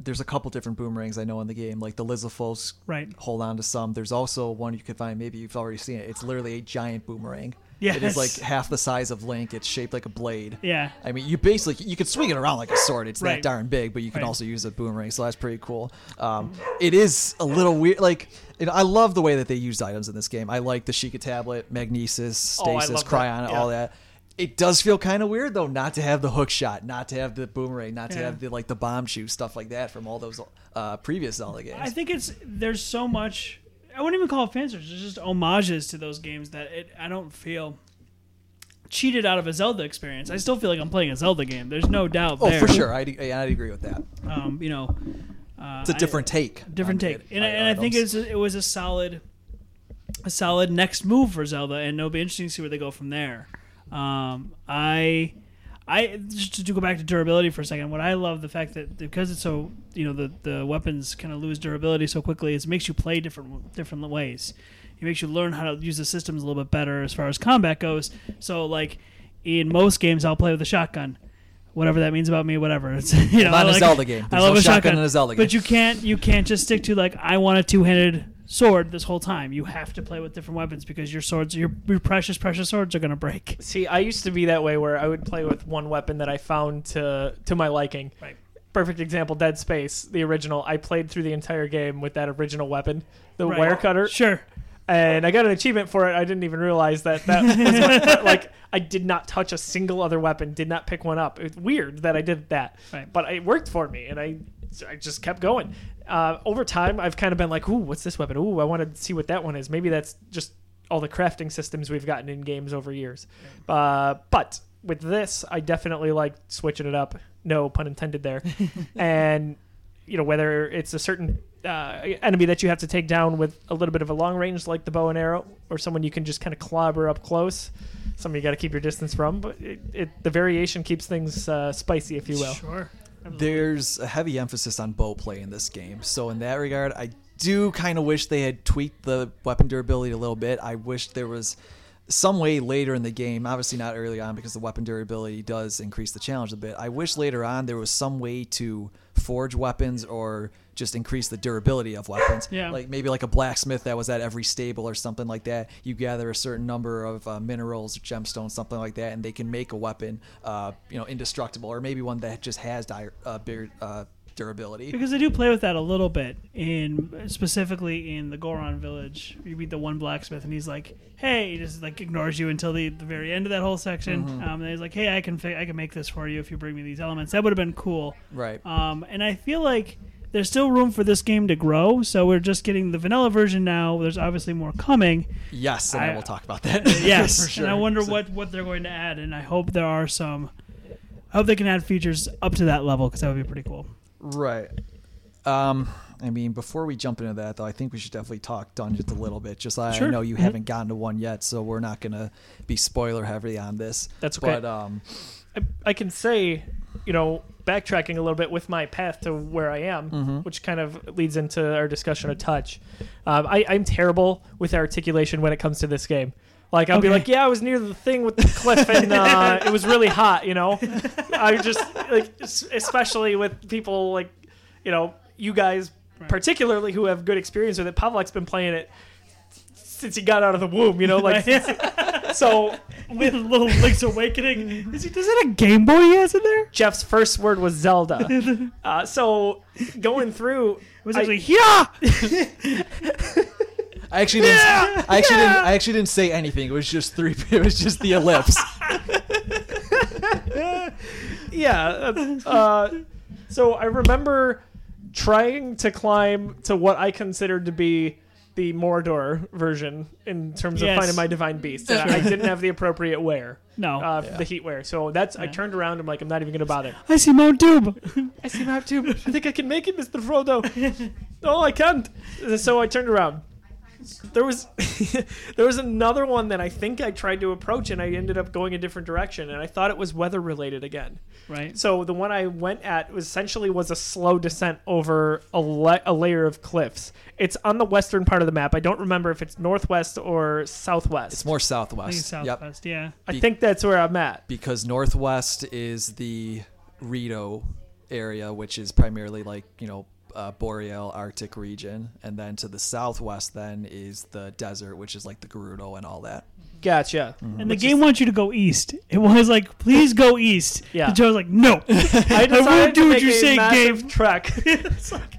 there's a couple different boomerangs I know in the game, like the Lizafos.
right?
Hold on to some. There's also one you can find. Maybe you've already seen it. It's literally a giant boomerang. It
Yes.
is like half the size of Link. It's shaped like a blade.
Yeah,
I mean, you basically you can swing it around like a sword. It's
Right.
that darn big, but you can
Right.
also use a boomerang, so that's pretty cool. Um, it is a little weird. Like, you know, I love the way that they used items in this game. I like the Sheikah tablet, Magnesis,
Oh, I
Stasis,
love that.
Cryon, all
Yeah.
that. It does feel kind of weird though, not to have the hook shot, not to have the boomerang, not to
Yeah.
have the like the bomb shoot stuff like that from all those uh, previous Zelda games.
I think it's there's so much. I wouldn't even call it fan service. It's just homages to those games that it, I don't feel cheated out of a Zelda experience. I still feel like I'm playing a Zelda game. There's no doubt.
oh,
there.
for sure, I'd, I'd agree with that.
Um, you know, uh,
It's a different take.
different
on
take,
it-
and I,
on
and I think
items.
it's a, it was a solid, a solid next move for Zelda, and it'll be interesting to see where they go from there. Um, I, I just to go back to durability for a second. What I love the fact that because it's so you know the the weapons kind of lose durability so quickly is it makes you play different different ways. It makes you learn how to use the systems a little bit better as far as combat goes. So like in most games, I'll play with a shotgun. Whatever that means about me, whatever. It's you know,
Not
I
in a
like-
Zelda game.
I
There's
love
no
a
shotgun
shotgun
in a Zelda game.
But you can't you can't just stick to like I want a two handed sword this whole time. You have to play with different weapons because your swords your, your precious precious swords are gonna break.
See, I used to be that way where I would play with one weapon that I found to to my liking.
Right.
Perfect example, Dead Space, the original. I played through the entire game with that original weapon, the
Right.
wire cutter,
Sure.
and I got an achievement for it. I didn't even realize that that was what, like I did not touch a single other weapon, did not pick one up. It's weird that I did that,
Right.
but it worked for me, and I I just kept going. Uh, over time, I've kind of been like, "Ooh, what's this weapon? Ooh, I want to see what that one is." Maybe that's just all the crafting systems we've gotten in games over years. Uh, but with this, I definitely like switching it up. No pun intended there. and you know whether it's a certain uh, enemy that you have to take down with a little bit of a long range, like the bow and arrow, or someone you can just kind of clobber up close. Something you got to keep your distance from. But it, it, the variation keeps things uh, spicy, if you will.
Sure.
There's a heavy emphasis on bow play in this game, so in that regard, I do kind of wish they had tweaked the weapon durability a little bit. I wish there was some way later in the game, obviously not early on because the weapon durability does increase the challenge a bit. I wish later on there was some way to forge weapons or just increase the durability of weapons.
Yeah.
Like maybe like a blacksmith that was at every stable or something like that. You gather a certain number of uh, minerals, gemstones, something like that, and they can make a weapon, uh, you know, indestructible, or maybe one that just has di- uh, bigger, uh, durability.
Because they do play with that a little bit in specifically in the Goron village. You meet the one blacksmith and he's like, "Hey," he just like ignores you until the, the very end of that whole section.
Mm-hmm.
Um, and he's like, "Hey, I can fi- I can make this for you if you bring me these elements." That would have been cool.
Right.
Um, and I feel like there's still room for this game to grow. So we're just getting the vanilla version now. There's obviously more coming.
Yes, and I,
I-
will talk about that.
Yes.
for sure.
And I wonder
So-
what what they're going to add. And I hope there are some I hope they can add features up to that level because that would be pretty cool.
Right. Um, I mean, before we jump into that, though, I think we should definitely talk dungeons a little bit. Just I, I
Sure. Mm-hmm.
know you haven't gotten to one yet, so we're not gonna be spoiler heavy on this.
That's okay.
But um,
I, I can say, you know, backtracking a little bit with my path to where I am, which kind of leads into our discussion of touch. Um, I, I'm terrible with articulation when it comes to this game. Like I'll be
Okay.
like, yeah, I was near the thing with the cliff, and uh, it was really hot. You know, I just like, es- especially with people like, you know, you guys particularly who have good experience with it. Pavlok's been playing it since he got out of the womb. You know, like so.
With Little Link's Awakening, is, it, is that a Game Boy he has in there? It
Jeff's first word was Zelda. Uh, so going through,
was
I-
actually yeah.
I actually didn't. I actually didn't. I actually didn't say anything. It was just three. It was just the ellipse.
yeah. uh, Uh, so I remember trying to climb to what I considered to be the Mordor version in terms of
Yes.
finding my divine beast. And I
Sure.
didn't have the appropriate wear.
No,
Uh, The heat wear. So that's. I turned around. I'm like, I'm not even gonna bother.
I see Mount Doom.
I see map too. I think I can make it, Mr. Frodo. no, I can't. So I turned around. There was there was another one that I think I tried to approach and I ended up going a different direction and I thought it was weather related again.
Right.
So the one I went at was essentially was a slow descent over a, la- a layer of cliffs. It's on the western part of the map. I don't remember if it's northwest or southwest.
It's more southwest.
He's
Yep.
Southwest, yeah.
I think that's where I'm at.
Because northwest is the Rito area, which is primarily like you know uh, boreal Arctic region, and then to the southwest then is the desert, which is like the Gerudo and all that.
Gotcha.
Mm.
And the game wants you to go east. It was like, please go east.
Yeah.
And Joe was like, no.
I decided
do
to
what
make
you
a
say,
massive
Gabe.
trek.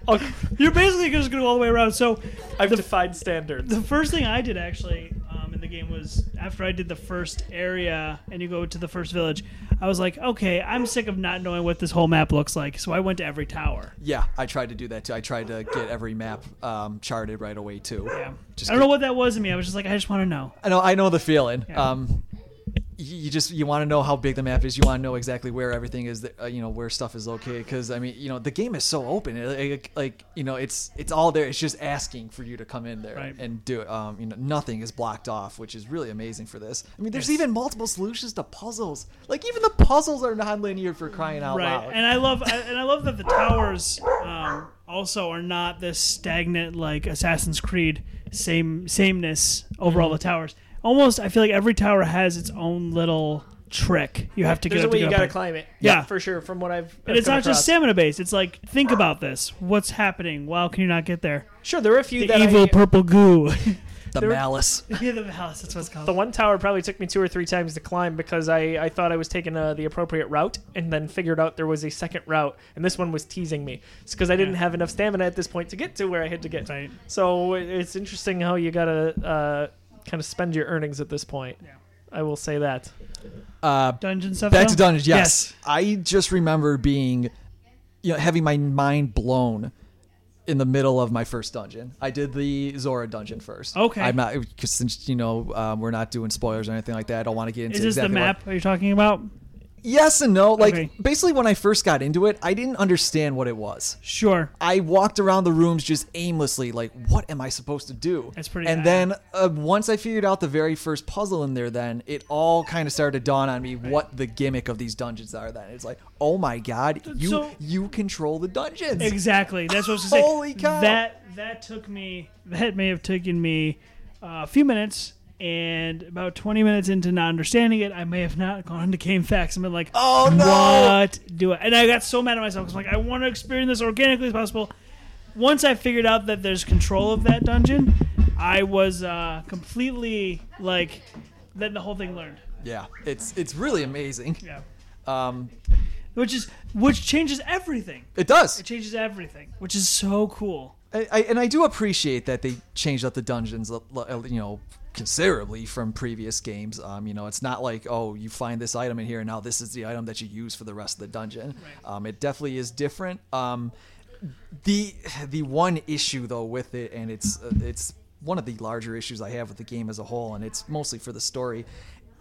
Okay.
You're basically just going to go all the way around. So
I've defied standards.
the first thing I did actually um, in the game was after I did the first area and you go to the first village, I was like, okay, I'm sick of not knowing what this whole map looks like. So I went to every tower.
Yeah, I tried to do that too. I tried to get every map um, charted right away too.
Yeah.
Just
I don't know what that was in me. I was just like, I just want to know.
I know. I know the feeling.
Yeah.
Um, y- you just you want to know how big the map is. You want to know exactly where everything is. That, uh, you know where stuff is located. Because I mean, you know, the game is so open. It- it- like you know, it's it's all there. It's just asking for you to come in there
Right.
and do it. Um, you know, nothing is blocked off, which is really amazing for this. I mean, there's even multiple solutions to puzzles. Like even the puzzles are nonlinear for crying
Oh,
out
right
loud.
and i love I- and i love that the towers um, also are not this stagnant like assassin's creed same sameness over
Mm-hmm.
all the towers almost i feel like every tower has its own little trick you have to get
There's a
up to
way you
get
gotta
up on.
climb it.
Yeah.
for sure. From what I've,
and
I've
it's
come
not just
across.
stamina based it's like think about this what's happening wow can you not get there
Sure, there were a few
the
that
evil
I,
purple goo
the malice.
yeah the malice that's what it's called
the one tower probably took me two or three times to climb because I, I thought I was taking uh, the appropriate route and then figured out there was a second route and this one was teasing me. It's because I didn't
Yeah.
have enough stamina at this point to get to where I had to get.
Right.
So it- it's interesting how you gotta uh, kind of spend your earnings at this point.
Yeah.
I will say that.
Uh,
dungeon stuff
Back to
though?
Dungeons, yes. I just remember being, you know, having my mind blown in the middle of my first dungeon. I did the Zora dungeon first.
Okay.
I'm not, because since, you know, um, we're not doing spoilers or anything like that, I don't want to get into
is this
exactly
the
what-
map you're talking about
yes and no. Like,
Okay.
basically, when I first got into it, I didn't understand what it was.
sure
I walked around the rooms just aimlessly, like, what am I supposed to do?
That's pretty
And
bad.
then uh, once I figured out the very first puzzle in there, then it all kind of started to dawn on me what the gimmick of these dungeons are. Then it's like, oh my god, you
So-
you control the dungeons.
Exactly. That's what I was going to say.
Holy cow.
That that took me. That may have taken me uh, a few minutes, and about twenty minutes into not understanding it, I may have not gone to game facts and been like,
Oh, no.
what do I?" And I got so mad at myself 'cause I'm like, "I want to experience this organically as possible." Once I figured out that there's control of that dungeon, I was uh, completely like, then the whole thing learned.
yeah, it's it's really amazing.
Yeah.
Um,
Which is which changes everything.
it does.
It changes everything, which is so cool.
I, I, and I do appreciate that they changed up the dungeons, uh, uh, you know, considerably from previous games. Um, you know, it's not like oh, you find this item in here and now this is the item that you use for the rest of the dungeon. Um, it definitely is different. Um, the the one issue though with it, and it's uh, it's one of the larger issues I have with the game as a whole, and it's mostly for the story.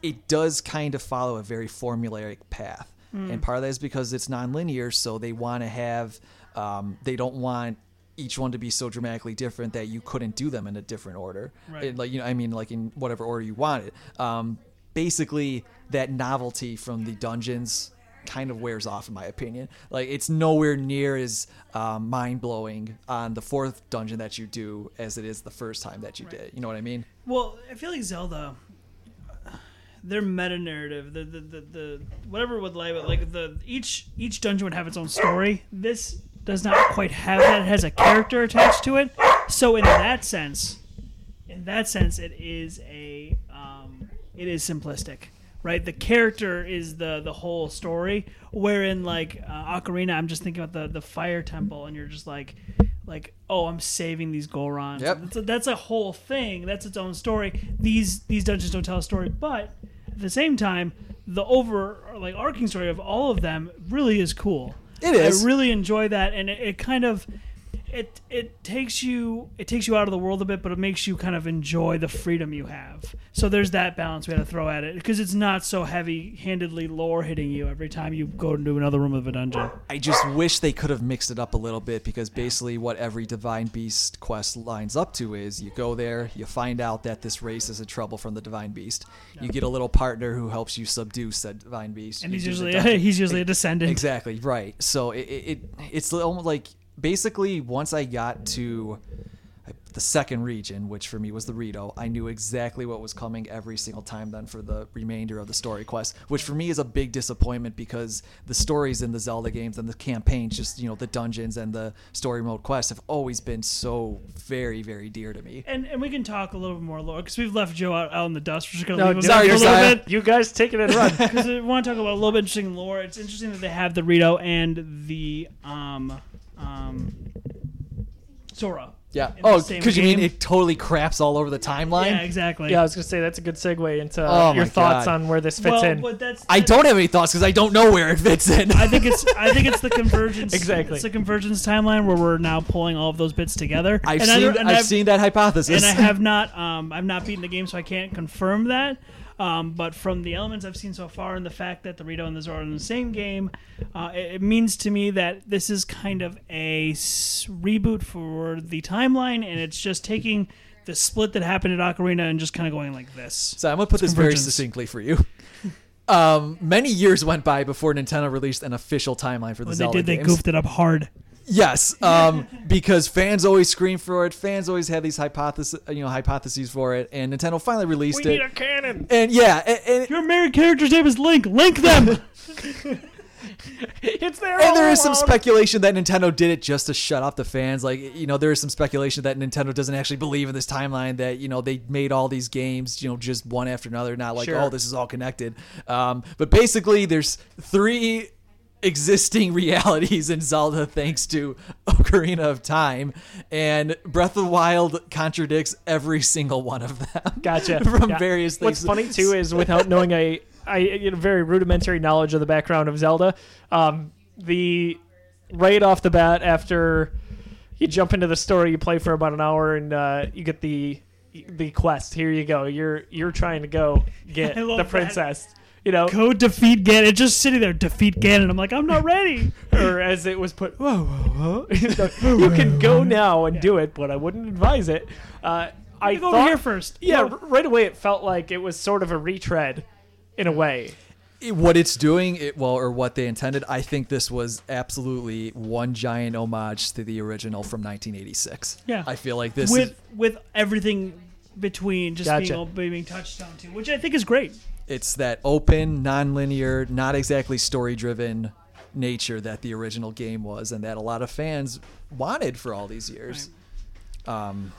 It does kind of follow a very formulaic path. and part of that is because it's nonlinear, so they want to have um, they don't want each one to be so dramatically different that you couldn't do them in a different order.
Right.
And, like you know, I mean, like in whatever order you wanted. Um, basically, that novelty from the dungeons kind of wears off, in my opinion. Like it's nowhere near as um, mind blowing on the fourth dungeon that you do as it is the first time that you did. You know what I mean?
Well, I feel like Zelda, their meta narrative, the the, the, the whatever would lie, but like the each each dungeon would have its own story. This does not quite have that. It has a character attached to it. So in that sense, in that sense, it is a um, it is simplistic. Right, the character is the the whole story. Wherein, like uh, Ocarina, I'm just thinking about the the fire temple, and you're just like, like, oh, I'm saving these Gorons.
Yep.
That's a, that's a whole thing. That's its own story. These these dungeons don't tell a story, but at the same time, the over like arcing story of all of them really is cool.
It is.
I really enjoy that, and it, it kind of it it takes you it takes you out of the world a bit, but it makes you kind of enjoy the freedom you have. So there's that balance we had to throw at it because it's not so heavy handedly lore hitting you every time you go into another room of a dungeon.
I just wish they could have mixed it up a little bit because basically what every Divine Beast quest lines up to is you go there, you find out that this race is in trouble from the Divine Beast. You get a little partner who helps you subdue said Divine Beast.
And
You
he's
do the
usually
dungeon.
he's usually a descendant.
Exactly right. So it, it it- it's almost like basically once I got to uh, the second region, which for me was the Rito, I knew exactly what was coming every single time. Then for the remainder of the story quest, which for me is a big disappointment because the stories in the Zelda games and the campaigns, just you know the dungeons and the story mode quests, have always been so very very dear to me.
And, and we can talk a little bit more lore because we've left Joe out, out in the dust. We're just gonna
No,
leave him
sorry,
there for a little
Josiah.
bit.
You guys take it and run.
because I want to talk about a little bit interesting lore. It's interesting that they have the Rito and the um um Sora.
Yeah.
in the
Oh,
same
because you mean
game.
it totally craps all over the timeline.
Yeah, exactly.
yeah, I was gonna say that's a good segue into
Oh
your
my
thoughts
God.
on where this fits
well,
in.
but that's
I don't have any thoughts because I don't know where it fits in.
I think it's I think it's the convergence
Exactly.
It's the convergence timeline where we're now pulling all of those bits together.
I've
And I
seen
don't-
I,
and
have seen that hypothesis.
and I have not um, I've not beaten the game, so I can't confirm that. Um, but from the elements I've seen so far, and the fact that the Rito and the Zoro are in the same game, uh, it, it means to me that this is kind of a s- reboot for the timeline, and it's just taking the split that happened at Ocarina and just kind of going like this.
So I'm gonna put this very
convergence.
succinctly for you. Um, many years went by before Nintendo released an official timeline for the
When they
Zelda
did, they
games.
goofed it up hard.
Yes, um, because fans always scream for it. Fans always had these hypotheses, you know, hypotheses for it, and Nintendo finally released it.
cannon.
and yeah, and, and,
Your main character's name is Link. Link them.
It's there.
and there is some
speculation.
speculation that Nintendo did it just to shut up the fans. Like, you know, there is some speculation that Nintendo doesn't actually believe in this timeline. That you know they made all these games, you know, just one after another. Not like,
Sure.
oh, this is all connected. Um, but basically, there's three existing realities in Zelda thanks to Ocarina of Time, and Breath of the Wild contradicts every single one of them.
Gotcha.
From
Yeah.
various
What's
things.
funny too is without knowing a, I you know, very rudimentary knowledge of the background of Zelda, um, the right off the bat after you jump into the story, you play for about an hour, and uh, you get the the quest. Here you go. You're you're trying to go get
I love
the
that.
princess. You know,
Go defeat Ganon. Just sitting there, defeat Ganon. I'm like, I'm not ready.
or as it was put, whoa, whoa, whoa. you can go now and do it, but I wouldn't advise it. Uh, I
You go
thought,
over here first.
Yeah,
No.
r- right away it felt like it was sort of a retread in a way.
it- what it's doing it well or what they intended i think this was absolutely one giant homage to the original from 1986
Yeah.
i feel like this
with
is,
with everything between just
Gotcha.
being all being touched on to, which I think is great.
it's that open non-linear not exactly story driven nature that the original game was and that a lot of fans wanted for all these years um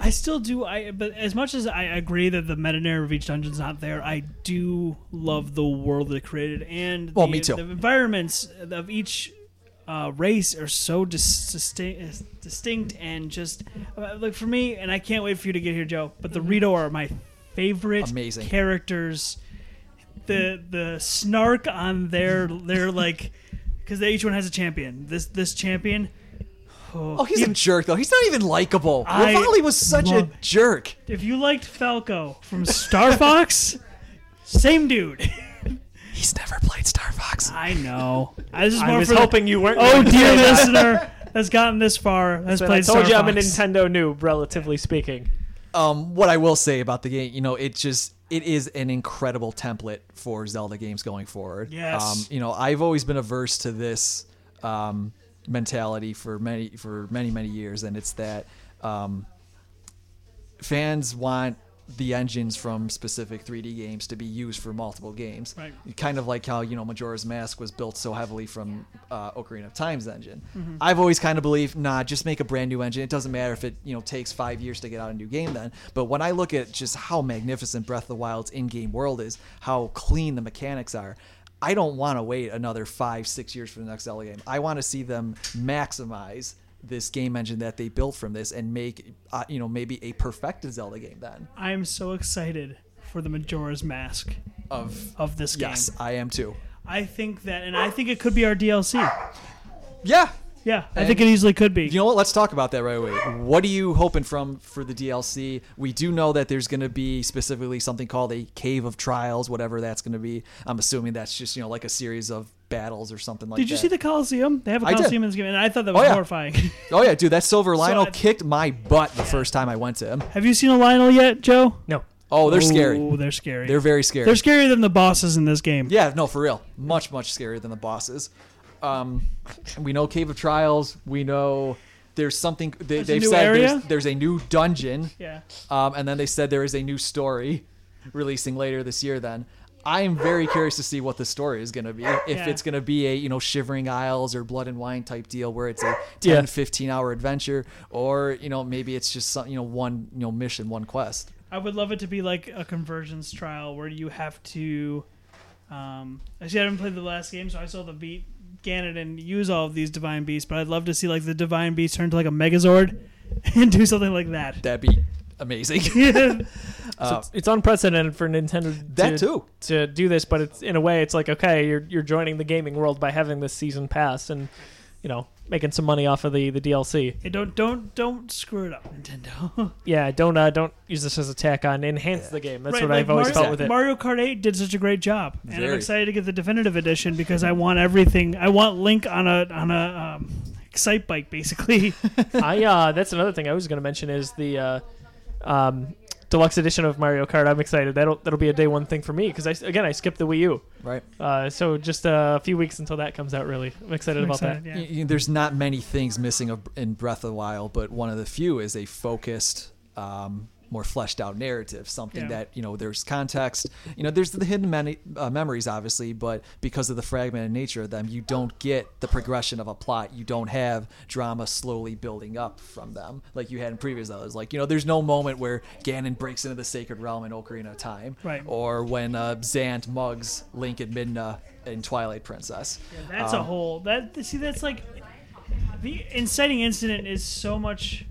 I still do. I but as much as I agree that the meta narrative of each dungeon's not there, I do love the world they created and
Well,
the,
me too.
the environments of each uh, race are so dis- distinct, distinct and just uh, like for me. And I can't wait for you to get here, Joe. But the Rito are my favorite
Amazing.
characters. The the snark on their their like because each one has a champion. This this champion.
oh he's a jerk though he's not even likable
I
Rivali was such a
love-
jerk
If you liked Falco from Star Fox, same dude.
he's never played star fox
I know. I this is
I
more
was
for the-
hoping you weren't.
oh
going to
dear
say that,
listener has gotten this far has
but I
played
told
Star
you I'm a
Fox.
Nintendo noob, relatively speaking.
Um, what I will say about the game, you know, it just it is an incredible template for Zelda games going forward.
Yes.
Um, you know, I've always been averse to this um, mentality for many for many many years, and it's that um, fans want the engines from specific 3D games to be used for multiple games.
Right.
Kind of like how you know Majora's Mask was built so heavily from uh, Ocarina of Time's engine. I've always kind of believed, nah, just make a brand new engine. It doesn't matter if it you know takes five years to get out a new game then. But when I look at just how magnificent Breath of the Wild's in-game world is, how clean the mechanics are. I don't want to wait another five, six years for the next Zelda game. I want to see them maximize this game engine that they built from this and make uh, you know maybe a perfected Zelda game then
I'm so excited for the Majora's Mask
of
of this game.
yes I am too
I think that, and I think it could be our DLC.
yeah
Yeah, I
And-
think it easily could be.
you know what let's talk about that right away what are you hoping from for the DLC we do know that there's going to be specifically something called a cave of trials whatever that's going to be I'm assuming that's just you know like a series of battles or something like
did you
that.
see the Coliseum? They have a
I did.
Coliseum in this game, and I thought that was
Oh, yeah.
horrifying.
oh yeah dude that silver Lionel
I-
kicked my butt the first time I went to him
have you seen a Lionel yet, Joe?
No,
oh they're
Oh,
scary
they're scary.
they're very scary
They're scarier than the bosses in this game.
Yeah, no, for real. Much, much scarier than the bosses. Um, we know Cave of Trials. We know there's something they,
a
they've
new
said. There's,
area?
there's a new dungeon,
Yeah.
um, and then they said there is a new story releasing later this year. Then I am very curious to see what the story is going to be. If
Yeah.
it's going to be a you know Shivering Isles or Blood and Wine type deal where it's a 10,
Yeah.
15 hour adventure, or you know maybe it's just some, you know one you know mission, one quest.
I would love it to be like a conversions trial where you have to. Um, actually, I haven't played the last game, so I saw the beat Ganon use all of these divine beasts. But I'd love to see like the divine beast turn to like a Megazord and do something like that.
That'd be amazing.
so it's, it's unprecedented for Nintendo
that
to,
too.
to do this, but it's in a way, it's like okay, you're you're joining the gaming world by having this season pass and you know making some money off of the the DLC.
Hey, don't don't don't screw it up, Nintendo.
Yeah, don't uh, don't use this as a tack on. Enhance the game. That's
Right,
what
like
I've always
Mario,
felt with it.
Mario Kart 8 did such a great job, and I'm
Very.
excited to get the definitive edition because I want everything. I want Link on a on a um, excite bike, basically.
I uh, that's another thing I was going to mention is the uh, um, deluxe edition of Mario Kart. I'm excited. That'll that'll be a day one thing for me because I s- again I skipped the Wii U,
Right.
uh, so just uh, a few weeks until that comes out. Really, I'm excited
I'm
about
excited,
that.
yeah.
Y y there's not many things missing of, in Breath of the Wild, but one of the few is a focused, um, more fleshed out narrative. Something
Yeah.
that you know there's context. You know, there's the hidden many, uh, memories, obviously, but because of the fragmented nature of them, you don't get the progression of a plot. You don't have drama slowly building up from them like you had in previous others. Like you know, there's no moment where Ganon breaks into the Sacred Realm in Ocarina of Time,
Right.
Or when uh, Zant mugs Link and Midna in Twilight Princess.
That's a whole that see that's like the inciting incident is so much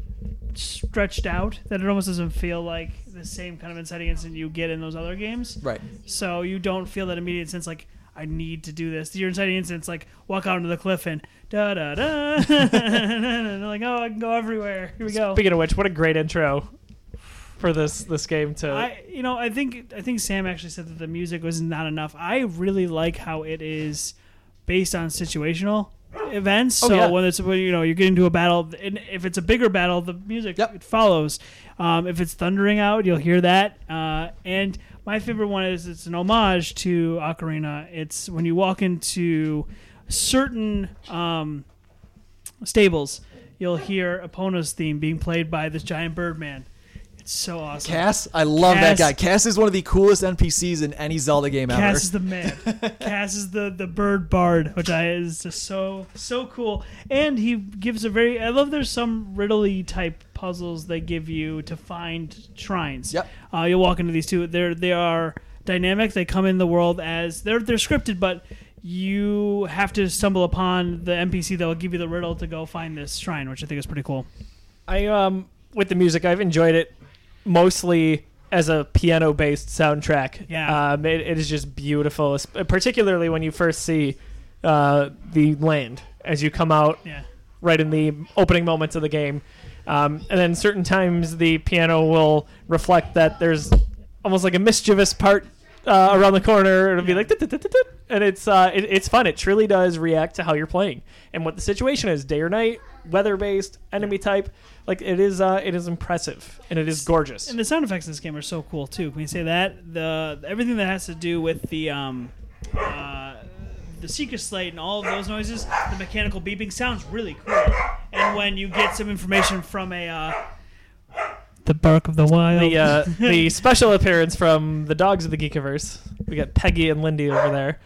stretched out that it almost doesn't feel like the same kind of inciting incident you get in those other games.
Right.
So you don't feel that immediate sense like I need to do this. Your inciting incident's like walk out onto the cliff and da da da. and they're like, oh, I can go everywhere. Here we go.
Speaking of which, what a great intro for this this game to.
I you know I think I think Sam actually said that the music was not enough. I really like how it is based on situational events. So
yeah.
when it's when, you know you get into a battle, and if it's a bigger battle, the music
Yep.
it follows. Um, if it's thundering out, you'll hear that. Uh, and my favorite one is it's an homage to Ocarina. It's when you walk into certain um, stables, you'll hear Epona's theme being played by this giant birdman. It's so awesome.
Cass, I love
Cass.
that guy. Cass is one of the coolest NPCs in any Zelda game ever.
Cass is the man. Cass is the the bird bard, which I is just so so cool. And he gives a very I love there's some riddly type puzzles they give you to find shrines.
Yep.
Uh, you'll walk into these two. They're they are dynamic. They come in the world as they're they're scripted, but you have to stumble upon the NPC that will give you the riddle to go find this shrine, which I think is pretty cool.
I um with the music, I've enjoyed it mostly as a piano-based soundtrack.
Yeah.
um, it, it is just beautiful, es- particularly when you first see uh, the land as you come out
Yeah.
right in the opening moments of the game, um, and then certain times the piano will reflect that there's almost like a mischievous part uh, around the corner. It'll be like, "Tut, tut, tut, tut, tut." and it's uh, it, it's fun. It truly does react to how you're playing and what the situation is, day or night, weather based, enemy type. Like it is, uh, it is impressive and it is gorgeous.
And the sound effects in this game are so cool too. Can we say that the everything that has to do with the um, uh, the secret slate and all of those noises, the mechanical beeping sounds really cool. And when you get some information from a uh, the bark of the wild,
the uh, the special appearance from the dogs of the Geekiverse. We got Peggy and Lindy over there.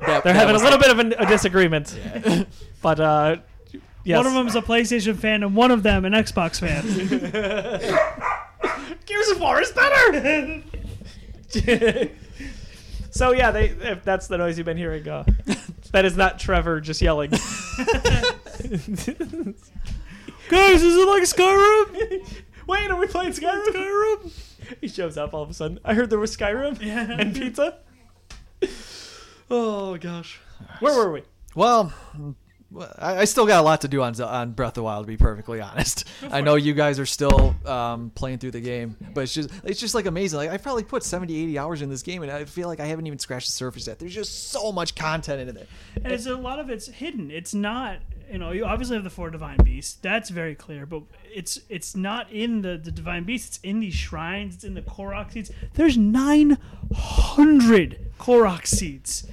That-
They're
that
having a
was
little bit of an, a disagreement, but uh, yes,
one of them's a PlayStation fan and one of them an Xbox fan.
Gears of War is better. so yeah, they, if that's the noise you've been hearing, uh, that is not Trevor just yelling.
Guys, is it like Skyrim?
Wait, are we playing Skyrim? Skyrim. He shows up all of a sudden. I heard there was Skyrim and pizza. Oh gosh, where were we?
Well, I I still got a lot to do on Ze- on Breath of the Wild. To be perfectly honest, I know you guys are still um, playing through the game, but it's just it's just like amazing. Like I probably put 70, 80 hours in this game, and I feel like I haven't even scratched the surface yet. There's just so much content in there.
And it's a lot of it's hidden. It's not, you know, you obviously have the four divine beasts. That's very clear, but it's it's not in the the divine beasts. It's in these shrines. It's in the Korok seeds. There's nine hundred Korok seeds.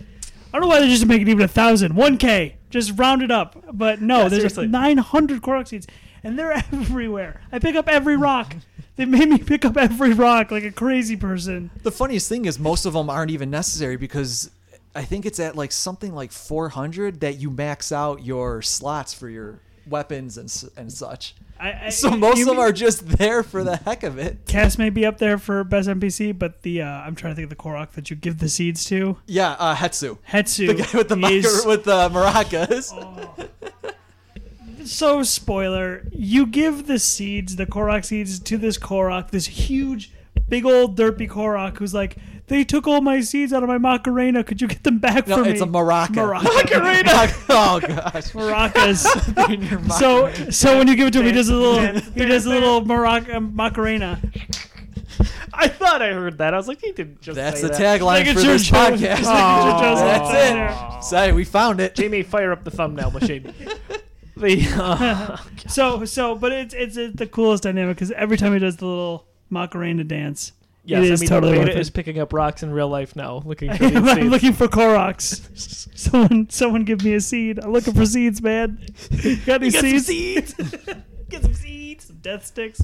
I don't know why they just make it even a thousand. One K, just round it up. But no,
Yeah,
there's
seriously.
nine hundred Korok seeds, and they're everywhere. I pick up every rock. they made me pick up every rock like a crazy person.
The funniest thing is most of them aren't even necessary because I think it's at like something like 400 that you max out your slots for your weapons and s- and such.
I, I,
So most
you
of them
mean-
are just there for the heck of it.
Cass may be up there for best NPC, but the uh, I'm trying to think of the Korok that you give the seeds to.
Yeah, uh, Hetsu.
Hetsu
The guy with the
is
micro, with the maracas.
Oh. so spoiler. You give the seeds, the Korok seeds, to this Korok, this huge, big old derpy Korok, who's like, "They took all my seeds out of my Macarena. Could you get them back
No,
for me?"
it's a maraca.
Macarena.
oh gosh.
Maracas. so, so when you give it to him, he does a little, he does a little maraca, Macarena.
I thought I heard that. I was like, he didn't just
That's
say
the
that.
tagline
Like
for
it's your
this
Joe-
podcast.
Like it's your Joe's
That's
Laugh in there.
it. Say we found it.
Jamie, fire up the thumbnail machine. the uh,
So so, but it's it's, it's the coolest dynamic because every time he does the little Macarena dance,
yes,
it
I
is
mean,
totally worth
Beta
it.
is picking up rocks in real life now, looking for these
I'm
seeds.
looking for Koroks. Someone someone give me a seed. I'm looking for seeds, man. Got any seeds?
Get some seeds.
Some death sticks.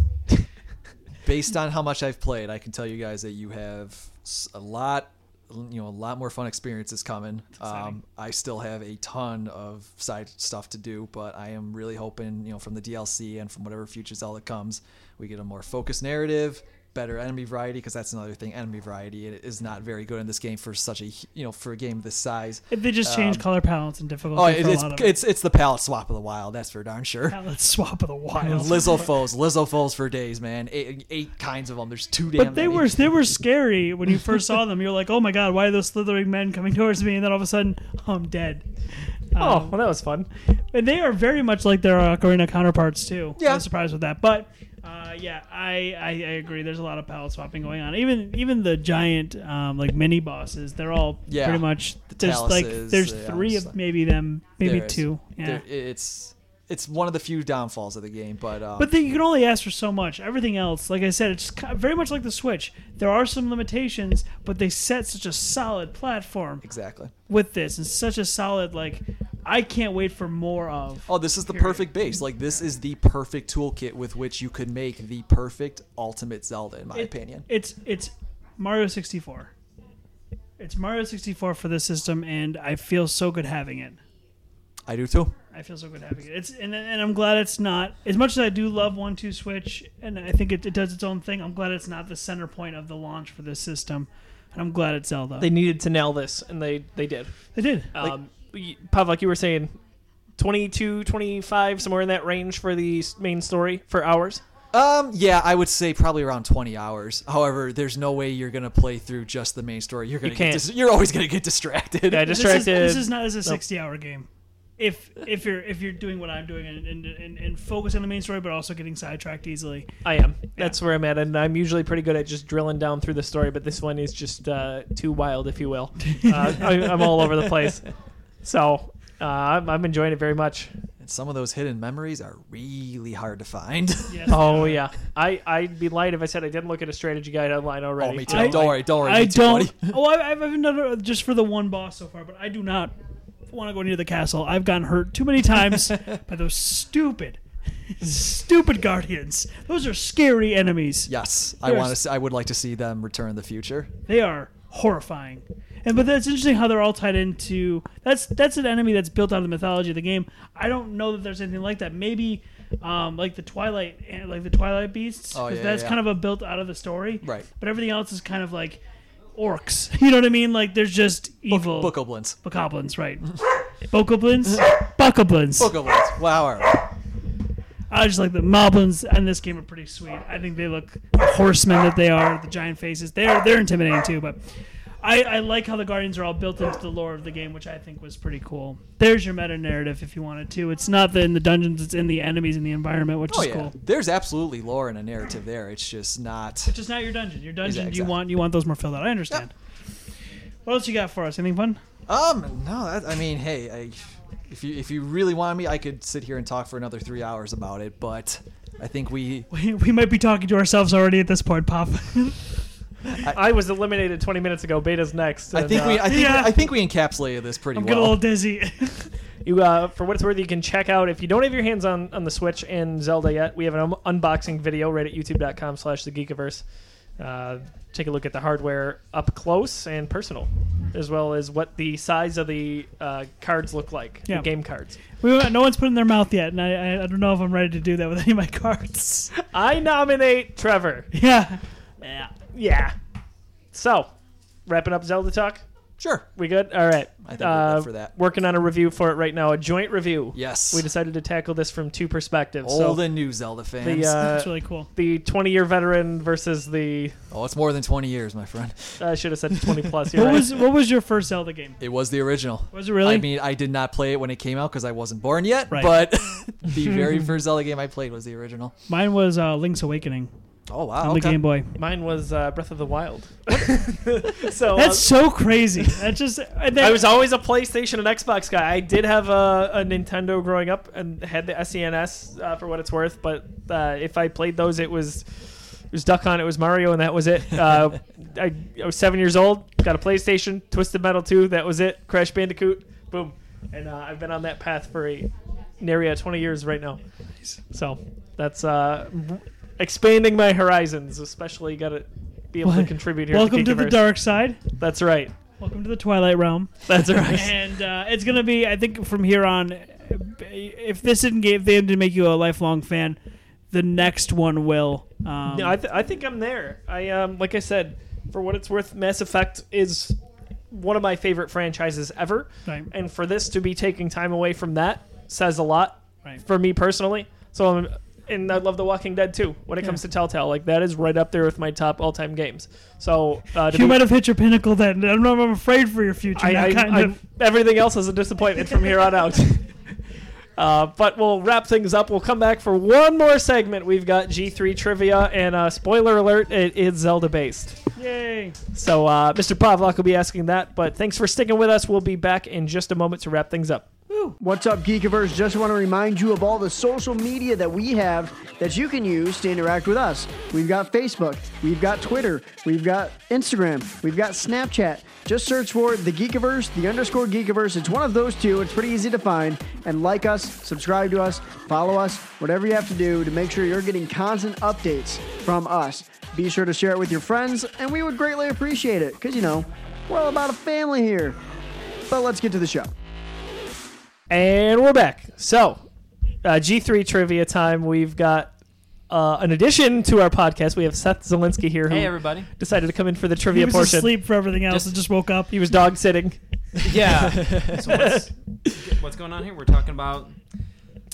Based on how much I've played, I can tell you guys that you have s- a lot, you know, a lot more fun experiences coming. Um, I still have a ton of side stuff to do, but I am really hoping, you know, from the DLC and from whatever future Zelda comes, we get a more focused narrative. Better enemy variety because that's another thing. Enemy variety it is not very good in this game for such a hu- you know for a game this size.
If they just change color palettes and difficulty
Oh,
for
it,
a
it's
lot of it.
it's it's the palette swap of the wild. That's for darn sure.
Now let's swap of the wild.
Lizzo foes, Lizzo foes for days, man. Eight, eight kinds of them. There's two damn.
But they
many.
were they were scary when you first saw them. You're like, oh my god, why are those slithering men coming towards me? And then all of a sudden, oh, I'm dead.
Oh, well, that was fun.
And they are very much like their Ocarina counterparts too. I
Yeah.
was surprised with that. But uh, yeah, I, I, I agree. There's a lot of palette swapping going on. Even even the giant um, like mini bosses, they're all
Yeah.
pretty much there's like
Taluses,
there's
yeah,
three
it's
of
like-
maybe them, maybe
There is.
two. Yeah.
There- it's it's one of the few downfalls of the game, but um,
But then you can only ask for so much. Everything else, like I said, it's ki- very much like the Switch. There are some limitations, but they set such a solid platform
exactly.
with this, and such a solid like. I can't wait for more of.
Oh, this is the perfect base. Like this is the perfect toolkit with which you could make the perfect ultimate Zelda, in my
It-
opinion.
It's it's Mario 64. It's Mario 64 for this system, and I feel so good having it.
I do too.
I feel so good having it. It's and, and I'm glad it's not as much as I do love one two switch, and I think it, it does its own thing. I'm glad it's not the center point of the launch for this system, and I'm glad it's Zelda.
They needed to nail this, and they they did.
They did.
Um, y- Pavlik, you were saying 22, 25, somewhere in that range for the s- main story for hours.
Um, yeah, I would say probably around 20 hours. However, there's no way you're gonna play through just the main story. You're gonna
You
get
can't.
dis- you're always gonna get distracted.
Yeah,
This is-
distracted.
This is, not this is a 60 hour game. if if you're if you're doing what I'm doing and and, and, and focus on the main story, but also getting sidetracked easily.
I am. That's where I'm at, and I'm usually pretty good at just drilling down through the story, but this one is just uh, too wild, if you will. Uh, I, I'm all over the place, so uh, I'm, I'm enjoying it very much.
And some of those hidden memories are really hard to find.
Yes.
Oh yeah, I I'd be lying if I said I didn't look at a strategy guide online already.
oh, me too.
I-
don't worry, don't worry.
I
me too,
don't.
buddy.
Oh, I, I've I've done it just for the one boss so far, but I do not want to go near the castle. I've gotten hurt too many times by those stupid, stupid guardians. Those are scary enemies.
Yes, I
There's-
want to. I would like to see them return in the future.
They are horrifying. And but that's interesting how they're all tied into that's that's an enemy that's built out of the mythology of the game. I don't know that there's anything like that. Maybe um, like the Twilight like the Twilight beasts.
Oh,
'cause
yeah,
that's
yeah,
kind
yeah.
of a built out of the story.
Right.
But everything else is kind of like orcs. You know what I mean? Like there's just evil
Bookoblins.
Bokoblins, right. Bokoblins? Bokoblins.
Bookoblins. Wow. all right.
I just like the Moblins in this game are pretty sweet. I think they look the horsemen that they are, the giant faces. They're they're intimidating too, but I, I like how the Guardians are all built into the lore of the game, which I think was pretty cool. There's your meta narrative if you wanted to. It's not in the dungeons, it's in the enemies and the environment, which
Oh
is
yeah.
cool.
There's absolutely lore and a narrative there. It's just not.
It's just not your dungeon. Your dungeon
Exact-
you
exact.
want you want those more filled out. I understand. What else you got for us? Anything fun?
Um. No. That, I mean, hey, I, if you if you really want me, I could sit here and talk for another three hours about it. But I think we.
We, we might be talking to ourselves already at this point, Pop.
I was eliminated 20 minutes ago. Beta's next.
I
and,
think
uh,
we. I think.
Yeah.
I think we encapsulated this pretty
I'm getting a little
well.
dizzy.
You, uh, for what it's worth, you can check out if you don't have your hands on, on the Switch and Zelda yet. We have an um, unboxing video right at YouTube.com/slash The Geekiverse. Uh, take a look at the hardware up close and personal, as well as what the size of the uh, cards look like,
Yeah.
the game cards.
We won't- no one's put it in their mouth yet, and I, I, I don't know if I'm ready to do that with any of my cards.
I nominate Trevor.
yeah.
Yeah. So, wrapping up Zelda talk.
Sure.
We good? All right.
I think we're good
Uh,
for that.
Working on a review for it right now, a joint review.
Yes.
We decided to tackle this from two perspectives.
Old
so
and new Zelda fans.
the uh,
That's really cool.
the 20 year veteran versus the
oh, it's more than 20 years, my friend.
I should have said 20 plus. You're
What
right.
was what was your first Zelda game?
It was the original.
Was it really?
I mean, I did not play it when it came out because I wasn't born yet.
Right.
But the very first Zelda game I played was the original.
Mine was uh, Link's Awakening
Oh wow!
on the
okay.
Game Boy.
Mine was uh, Breath of the Wild. so uh,
That's so crazy. That just and that,
I was always a PlayStation and Xbox guy. I did have a, a Nintendo growing up and had the SNES uh, for what it's worth. But uh, if I played those, it was it was Duck Hunt, it was Mario, and that was it. Uh, I, I was seven years old, got a PlayStation, Twisted Metal 2, that was it. Crash Bandicoot, boom. And uh, I've been on that path for a, nearly uh, 20 years right now. So that's uh, expanding my horizons, especially got to be able to
Well,
contribute here. at
welcome to the
Geekiverse.
dark side.
That's right.
Welcome to the Twilight Realm.
That's right.
and uh, it's gonna be. I think from here on, if this didn't give, if they didn't make you a lifelong fan, the next one will. Um,
No, I, th- I think I'm there. I um, like I said, for what it's worth, Mass Effect is one of my favorite franchises ever,
Right.
and for this to be taking time away from that says a lot
Right.
for me personally. So I'm, and I love The Walking Dead too. When it comes to Telltale, like that is right up there with my top all-time games. So uh, to
you
be-
might have hit your pinnacle then. I don't know. if I'm afraid for your future.
I,
now,
I,
kind
I-
of.
everything else is a disappointment from here on out. Uh, but we'll wrap things up. We'll come back for one more segment. We've got G3 trivia, and uh, spoiler alert, it is Zelda based.
Yay!
So uh, Mr. Pavlok will be asking that, but thanks for sticking with us. We'll be back in just a moment to wrap things up.
What's up, Geekiverse? Just want to remind you of all the social media that we have that you can use to interact with us. We've got Facebook, we've got Twitter, we've got Instagram, we've got Snapchat. Just search for the Geekiverse, the underscore Geekiverse. It's one of those two. It's pretty easy to find. And like us, subscribe to us, follow us, whatever you have to do to make sure you're getting constant updates from us. Be sure to share it with your friends, and we would greatly appreciate it because, you know, we're all about a family here. But let's get to the show.
And we're back. So uh, G3 trivia time. We've got uh, an addition to our podcast. We have Seth Zelinsky here who
Hey everybody.
decided to come in for the trivia
He was
portion.
asleep for everything else
Just-
and just woke up.
He was dog sitting.
Yeah. so what's, what's going on here? We're talking about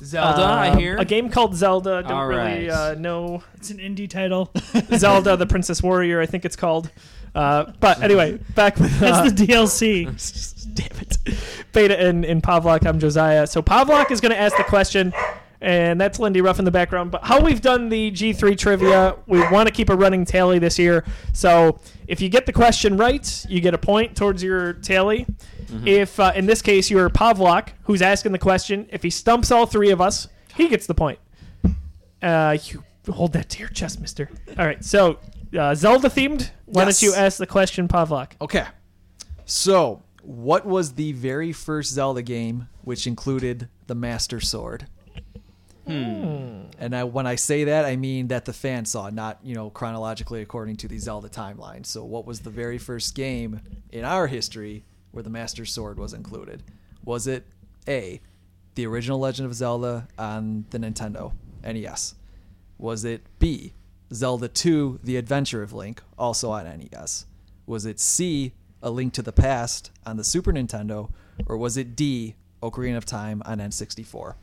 Zelda,
Um,
I hear.
A game called Zelda. Don't
All
really
right.
uh, know
It's an indie title.
Zelda: The Princess Warrior. I think it's called. Uh, but anyway, back with uh,
That's the DLC.
damn it. Beta and, and Pavlok. I'm Josiah. So Pavlok is going to ask the question, and that's Lindy Ruff in the background. But how we've done the G3 trivia, we want to keep a running tally this year. So if you get the question right, you get a point towards your tally.
Mm-hmm.
If uh, in this case you're Pavlok, who's asking the question, if he stumps all three of us, he gets the point. Uh, you hold that to your chest, Mister. All right. So uh, Zelda themed. Why
Yes.
don't you ask the question, Pavlok?
Okay. So, what was the very first Zelda game which included the Master Sword? Hmm. And I, when I say that, I mean that the fan saw, not you know chronologically according to the Zelda timeline. So, what was the very first game in our history where the Master Sword was included? Was it A, the original Legend of Zelda on the Nintendo NES? Was it B, Zelda 2 The Adventure of Link, also on NES? Was it C, A Link to the Past on the Super Nintendo? Or was it D, Ocarina of Time on N64?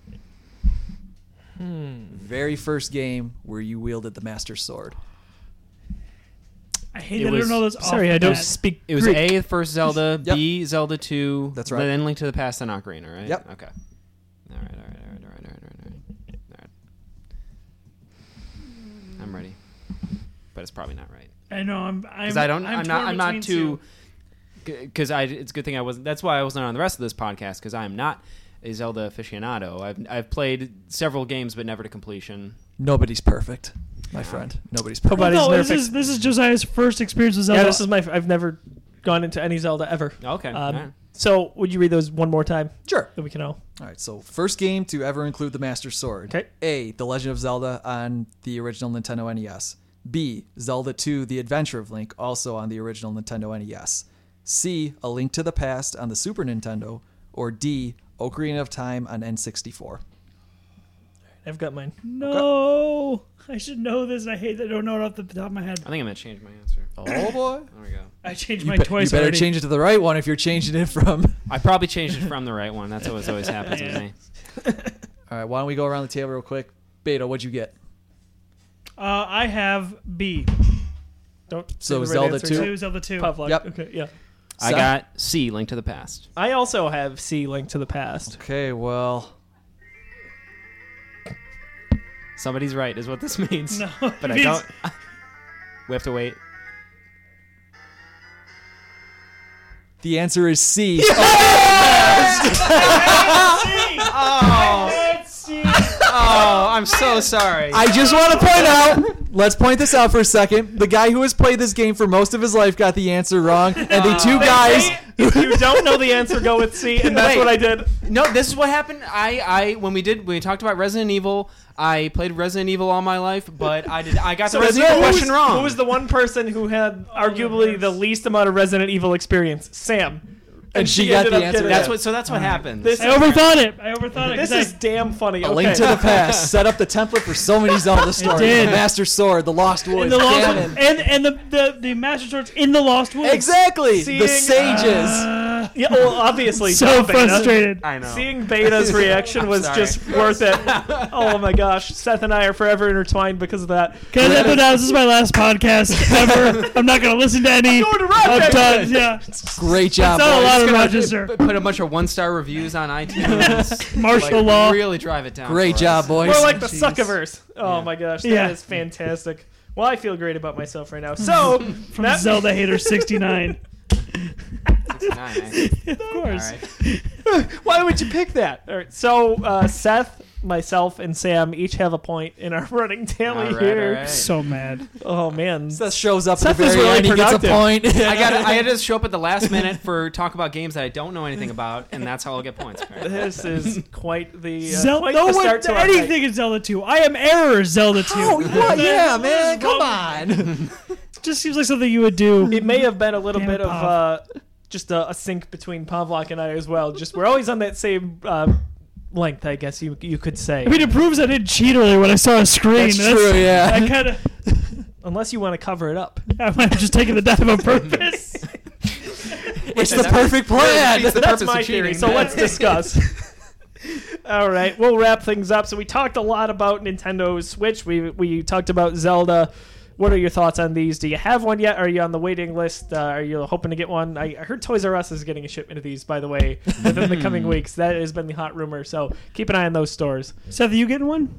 Very first game where you wielded the Master Sword.
I hate
It
that I
was-
don't know those. off
Sorry,
the
I don't
bat.
speak.
It was
Greek.
A, the first Zelda,
Yep.
B, Zelda 2.
That's right.
Then Link to the Past and Ocarina, right?
Yep.
Okay. All right, all right, all right, all right, all right, all right, all right. All right. I'm ready. But it's probably not right.
I know. I'm. I'm
Because I don't,
I'm,
I'm, not,
torn
I'm not
between
too.
two.
Because I, it's a good thing I wasn't. That's why I wasn't on the rest of this podcast. Because I am not a Zelda aficionado. I've, I've played several games, but never to completion.
Nobody's perfect, my friend. Nobody's perfect.
Nobody's
Oh, no, this
perfect.
is this is Josiah's first experience with Zelda.
Yeah, this is my. I've never gone into any Zelda ever.
Okay.
Um,
all right.
So would you read those one more time?
Sure.
That we can all.
All right, so first game to ever include the Master Sword.
Okay.
A. The Legend of Zelda on the original Nintendo NES. B. Zelda 2: The Adventure of Link, also on the original Nintendo NES. C. A Link to the Past on the Super Nintendo. Or D. Ocarina of Time on N64.
I've got mine.
no. I should know this. and I hate that I don't know it off the top of my head.
I think I'm going to change my answer.
Oh boy!
There we go.
I changed
You,
mine
bet- you
twice
better
already.
change it to the right one if you're changing it from.
I probably changed it from the right one. That's always always happens to me.
All right, why don't we go around the table real quick? Beta, what'd you get?
Uh, I have B.
Don't. say
So
the right
Zelda
answer.
two?
Two Zelda two.
Pavlok.
Yep.
Okay. Yeah.
I
So-
got C, Link to the Past.
I also have C. Link to the Past.
Okay, well,
Somebody's right is what this means.
No,
but
it
I
means-
don't. we have to wait.
the answer is C.
Oh, I'm so sorry.
I just want to point out. Let's point this out for a second. The guy who has played this game for most of his life got the answer wrong, and the two guys.
if you don't know the answer, go with C, and that's
Wait.
what I did.
no, this is what happened. I, I when we did when we talked about Resident Evil, I played Resident Evil all my life, but I did I got the Resident
who
Evil
was-
question wrong.
Who was the one person who had arguably the least amount of Resident Evil experience? Sam.
And she
ended
got the
up
answer
getting
That's
it.
what. So that's what happens.
This-
I overthought it. I overthought it.
This
'cause I-
is damn funny.
A Link to the Past set up the template for so many Zelda stories. The
did.
Master Sword, the Lost Woods,
and the lost
Ganon.
and and the the, the master swords in the lost woods.
Exactly,
Seeing,
the sages.
Uh,
Yeah, well, obviously.
so
not Beta.
frustrated.
I know.
Seeing Beta's reaction was
sorry.
just worth it. Oh my gosh, Seth and I are forever intertwined because of that.
Can I let them know, This is my last podcast ever. I'm not gonna listen to any.
Going to
I'm
Rochester.
done. Yeah, it's
Great job,
not a
boys.
lot of
gonna-
Rochester.
put a bunch of one star reviews on iTunes.
Martial law.
Really drive it down.
Great
for
job,
us.
boys.
More like the
Jeez.
Suckiverse. Oh my gosh, that is
Yeah.
fantastic. Well, I feel great about myself right now. So
From
that-
Zelda hater 69.
Nine, eh?
of
All
course.
right.
Why would you pick that? All right. So uh, Seth, myself, and Sam each have a point in our running
All
tally
right, all
here.
right.
So mad.
Oh man.
Seth shows up
Seth
at
is
the very
really
end. He gets a
productive.
point.
I got. I had to show up at the last minute for talk about games that I don't know anything about, and that's how I'll get points. apparently.
this is quite the uh,
Zel-
quite
no
the
one
start
did
to our night.
anything in Zelda 2. I am error Zelda 2.
Oh yeah, yeah, man!
wrong
Come on.
Just seems like something you would do.
It may have been a little
Damn
bit of uh,
Pav.
just a, a sync between Pavlok and I as well. Just we're always on that same uh, length, I guess you you could say.
I mean, it proves I didn't cheat earlier when I saw a screen.
That's true. Yeah.
I kind of,
Unless you want to cover it up.
I might have just taken the dive on purpose.
It's the perfect plan.
Defeats the
That's
purpose
my
of cheating.
theory. So let's discuss. All right, we'll wrap things up. So we talked a lot about Nintendo Switch. We we talked about Zelda. What are your thoughts on these? Do you have one yet? Are you on the waiting list? Uh, are you hoping to get one? I, I heard Toys R Us is getting a shipment of these, by the way, within the coming weeks. That has been the hot rumor. So keep an eye on those stores.
Seth, are you getting one?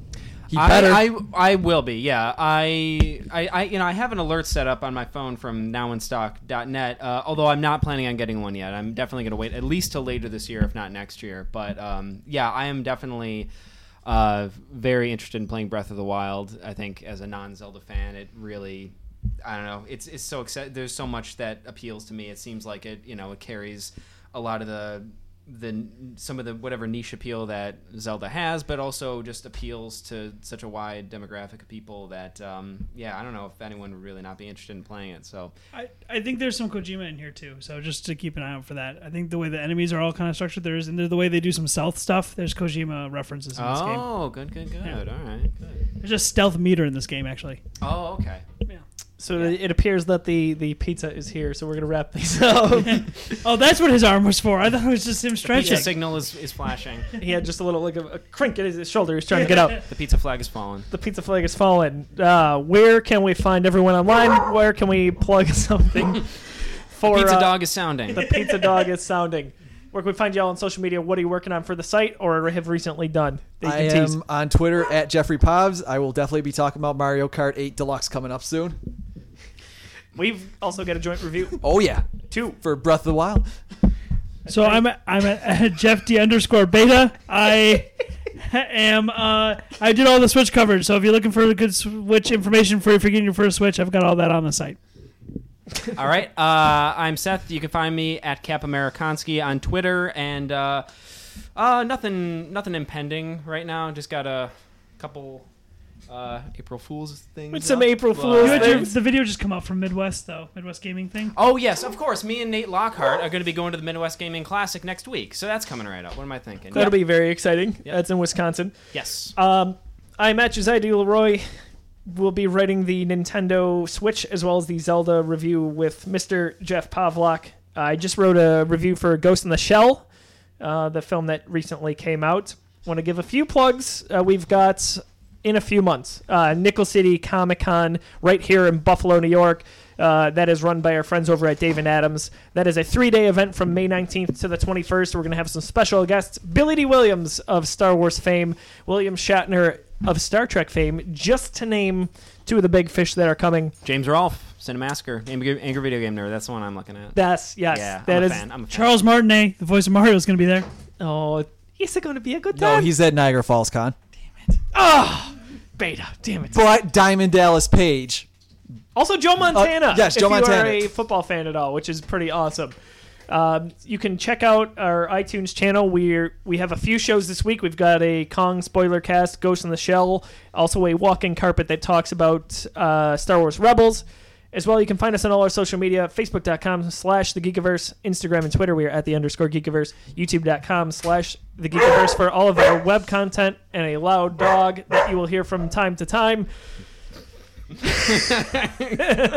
He better.
I, I I will be yeah I, I I you know I have an alert set up on my phone from nowinstock.net uh, although I'm not planning on getting one yet I'm definitely going to wait at least till later this year if not next year but um, yeah I am definitely uh, very interested in playing Breath of the Wild I think as a non Zelda fan it really I don't know it's it's so exciting there's so much that appeals to me it seems like it you know it carries a lot of the the some of the whatever niche appeal that Zelda has, but also just appeals to such a wide demographic of people that um, yeah, I don't know if anyone would really not be interested in playing it. So
I, I think there's some Kojima in here too, so just to keep an eye out for that. I think the way the enemies are all kind of structured, there's and the way they do some stealth stuff. There's Kojima references in this game.
oh, good, good, good. All right. Good.
There's a stealth meter in this game actually.
Oh, okay.
Yeah.
So it appears that the, the pizza is here. So we're going to wrap these up.
Oh, that's what his arm was for. I thought it was just him
Pizza
stretching.
signal is, is flashing.
he had just a little like a, a crink in his shoulder. He's trying to get up.
the pizza flag is fallen.
The pizza flag has fallen. Uh, where can we find everyone online? Where can we plug something for
Pizza
uh,
dog is sounding.
The pizza dog is sounding. Where can we find y'all on social media? What are you working on for the site, or have recently done? That
I
you can tease.
am on Twitter at Jeffrey Pobs. I will definitely be talking about Mario Kart 8 Deluxe coming up soon.
We've also got a joint review
Oh yeah,
too.
for Breath of the Wild.
So I'm at, I'm at, Jeff D underscore Beta. I am uh, I did all the Switch coverage. So if you're looking for good Switch information for if you're getting your first Switch, I've got all that on the site.
All right. Uh, I'm Seth. You can find me at Cap Amerikonski on Twitter and uh, uh, nothing nothing impending right now. Just got a couple uh, April Fools things.
With some
up.
April
But-
Fools
You had your-
Thanks.
the video just come out from Midwest though, Midwest Gaming thing.
Oh yes, of course. Me and Nate Lockhart are going to be going to the Midwest Gaming Classic next week, so that's coming right up. What am I thinking?
That'll be very exciting.
Yep.
That's in Wisconsin.
yes.
Um, I'm at Josiah D. Leroy. We'll be writing the Nintendo Switch as well as the Zelda review with Mr. Jeff Pavlock. I just wrote a review for Ghost in the Shell, uh, the film that recently came out. Want to give a few plugs. Uh, we've got in a few months uh, Nickel City Comic Con right here in Buffalo, New York. Uh, that is run by our friends over at Dave and Adams. That is a three day event from May 19th to the 21st. We're going to have some special guests. Billy D. Williams of Star Wars fame, William Shatner of Star Trek fame, just to name two of the big fish that are coming.
James Rolfe, Cinemasker, Angry, Angry Video Game Nerd. That's the one I'm looking at.
That's, yes,
yeah,
that
I'm a
is.
fan. I'm a fan.
Charles Martinet, the voice of Mario, is going to be there.
Oh, is it going to be a good
No,
time? Ah,
he's at Niagara Falls Con.
beta. Damn it.
But Diamond Dallas Page.
Also, Joe Montana.
Uh, yes, Joe
if
Montana.
you are a football fan at all, which is pretty awesome. Um, you can check out our iTunes channel. We we have a few shows this week. We've got a Kong spoiler cast, Ghost in the Shell, also a walking carpet that talks about uh, Star Wars Rebels. As well, you can find us on all our social media, facebook.com slash the Geekiverse, Instagram and Twitter, we are at the underscore Geekiverse, youtube.com slash the Geekiverse for all of our web content and a loud dog that you will hear from time to time. Uh,
Very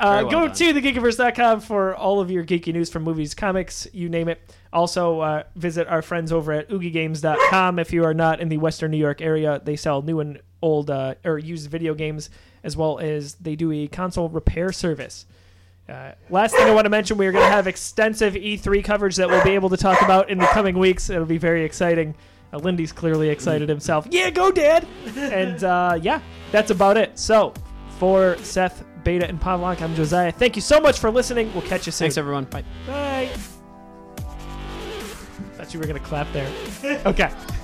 well
go
done.
to thegeekiverse.com for all of your geeky news from movies, comics, you name it. Also, uh, visit our friends over at oogiegames.com. If you are not in the Western New York area, they sell new and old uh, or used video games, as well as they do a console repair service. Uh, last thing I want to mention, we are going to have extensive E3 coverage that we'll be able to talk about in the coming weeks. It'll be very exciting. Uh, Lindy's clearly excited himself. Yeah, go, Dad! And uh, yeah, that's about it. So, for Seth, Beta, and Pavlok, I'm Josiah. Thank you so much for listening. We'll catch you soon.
Thanks everyone. Bye.
Bye. Thought you were going to clap there. Okay.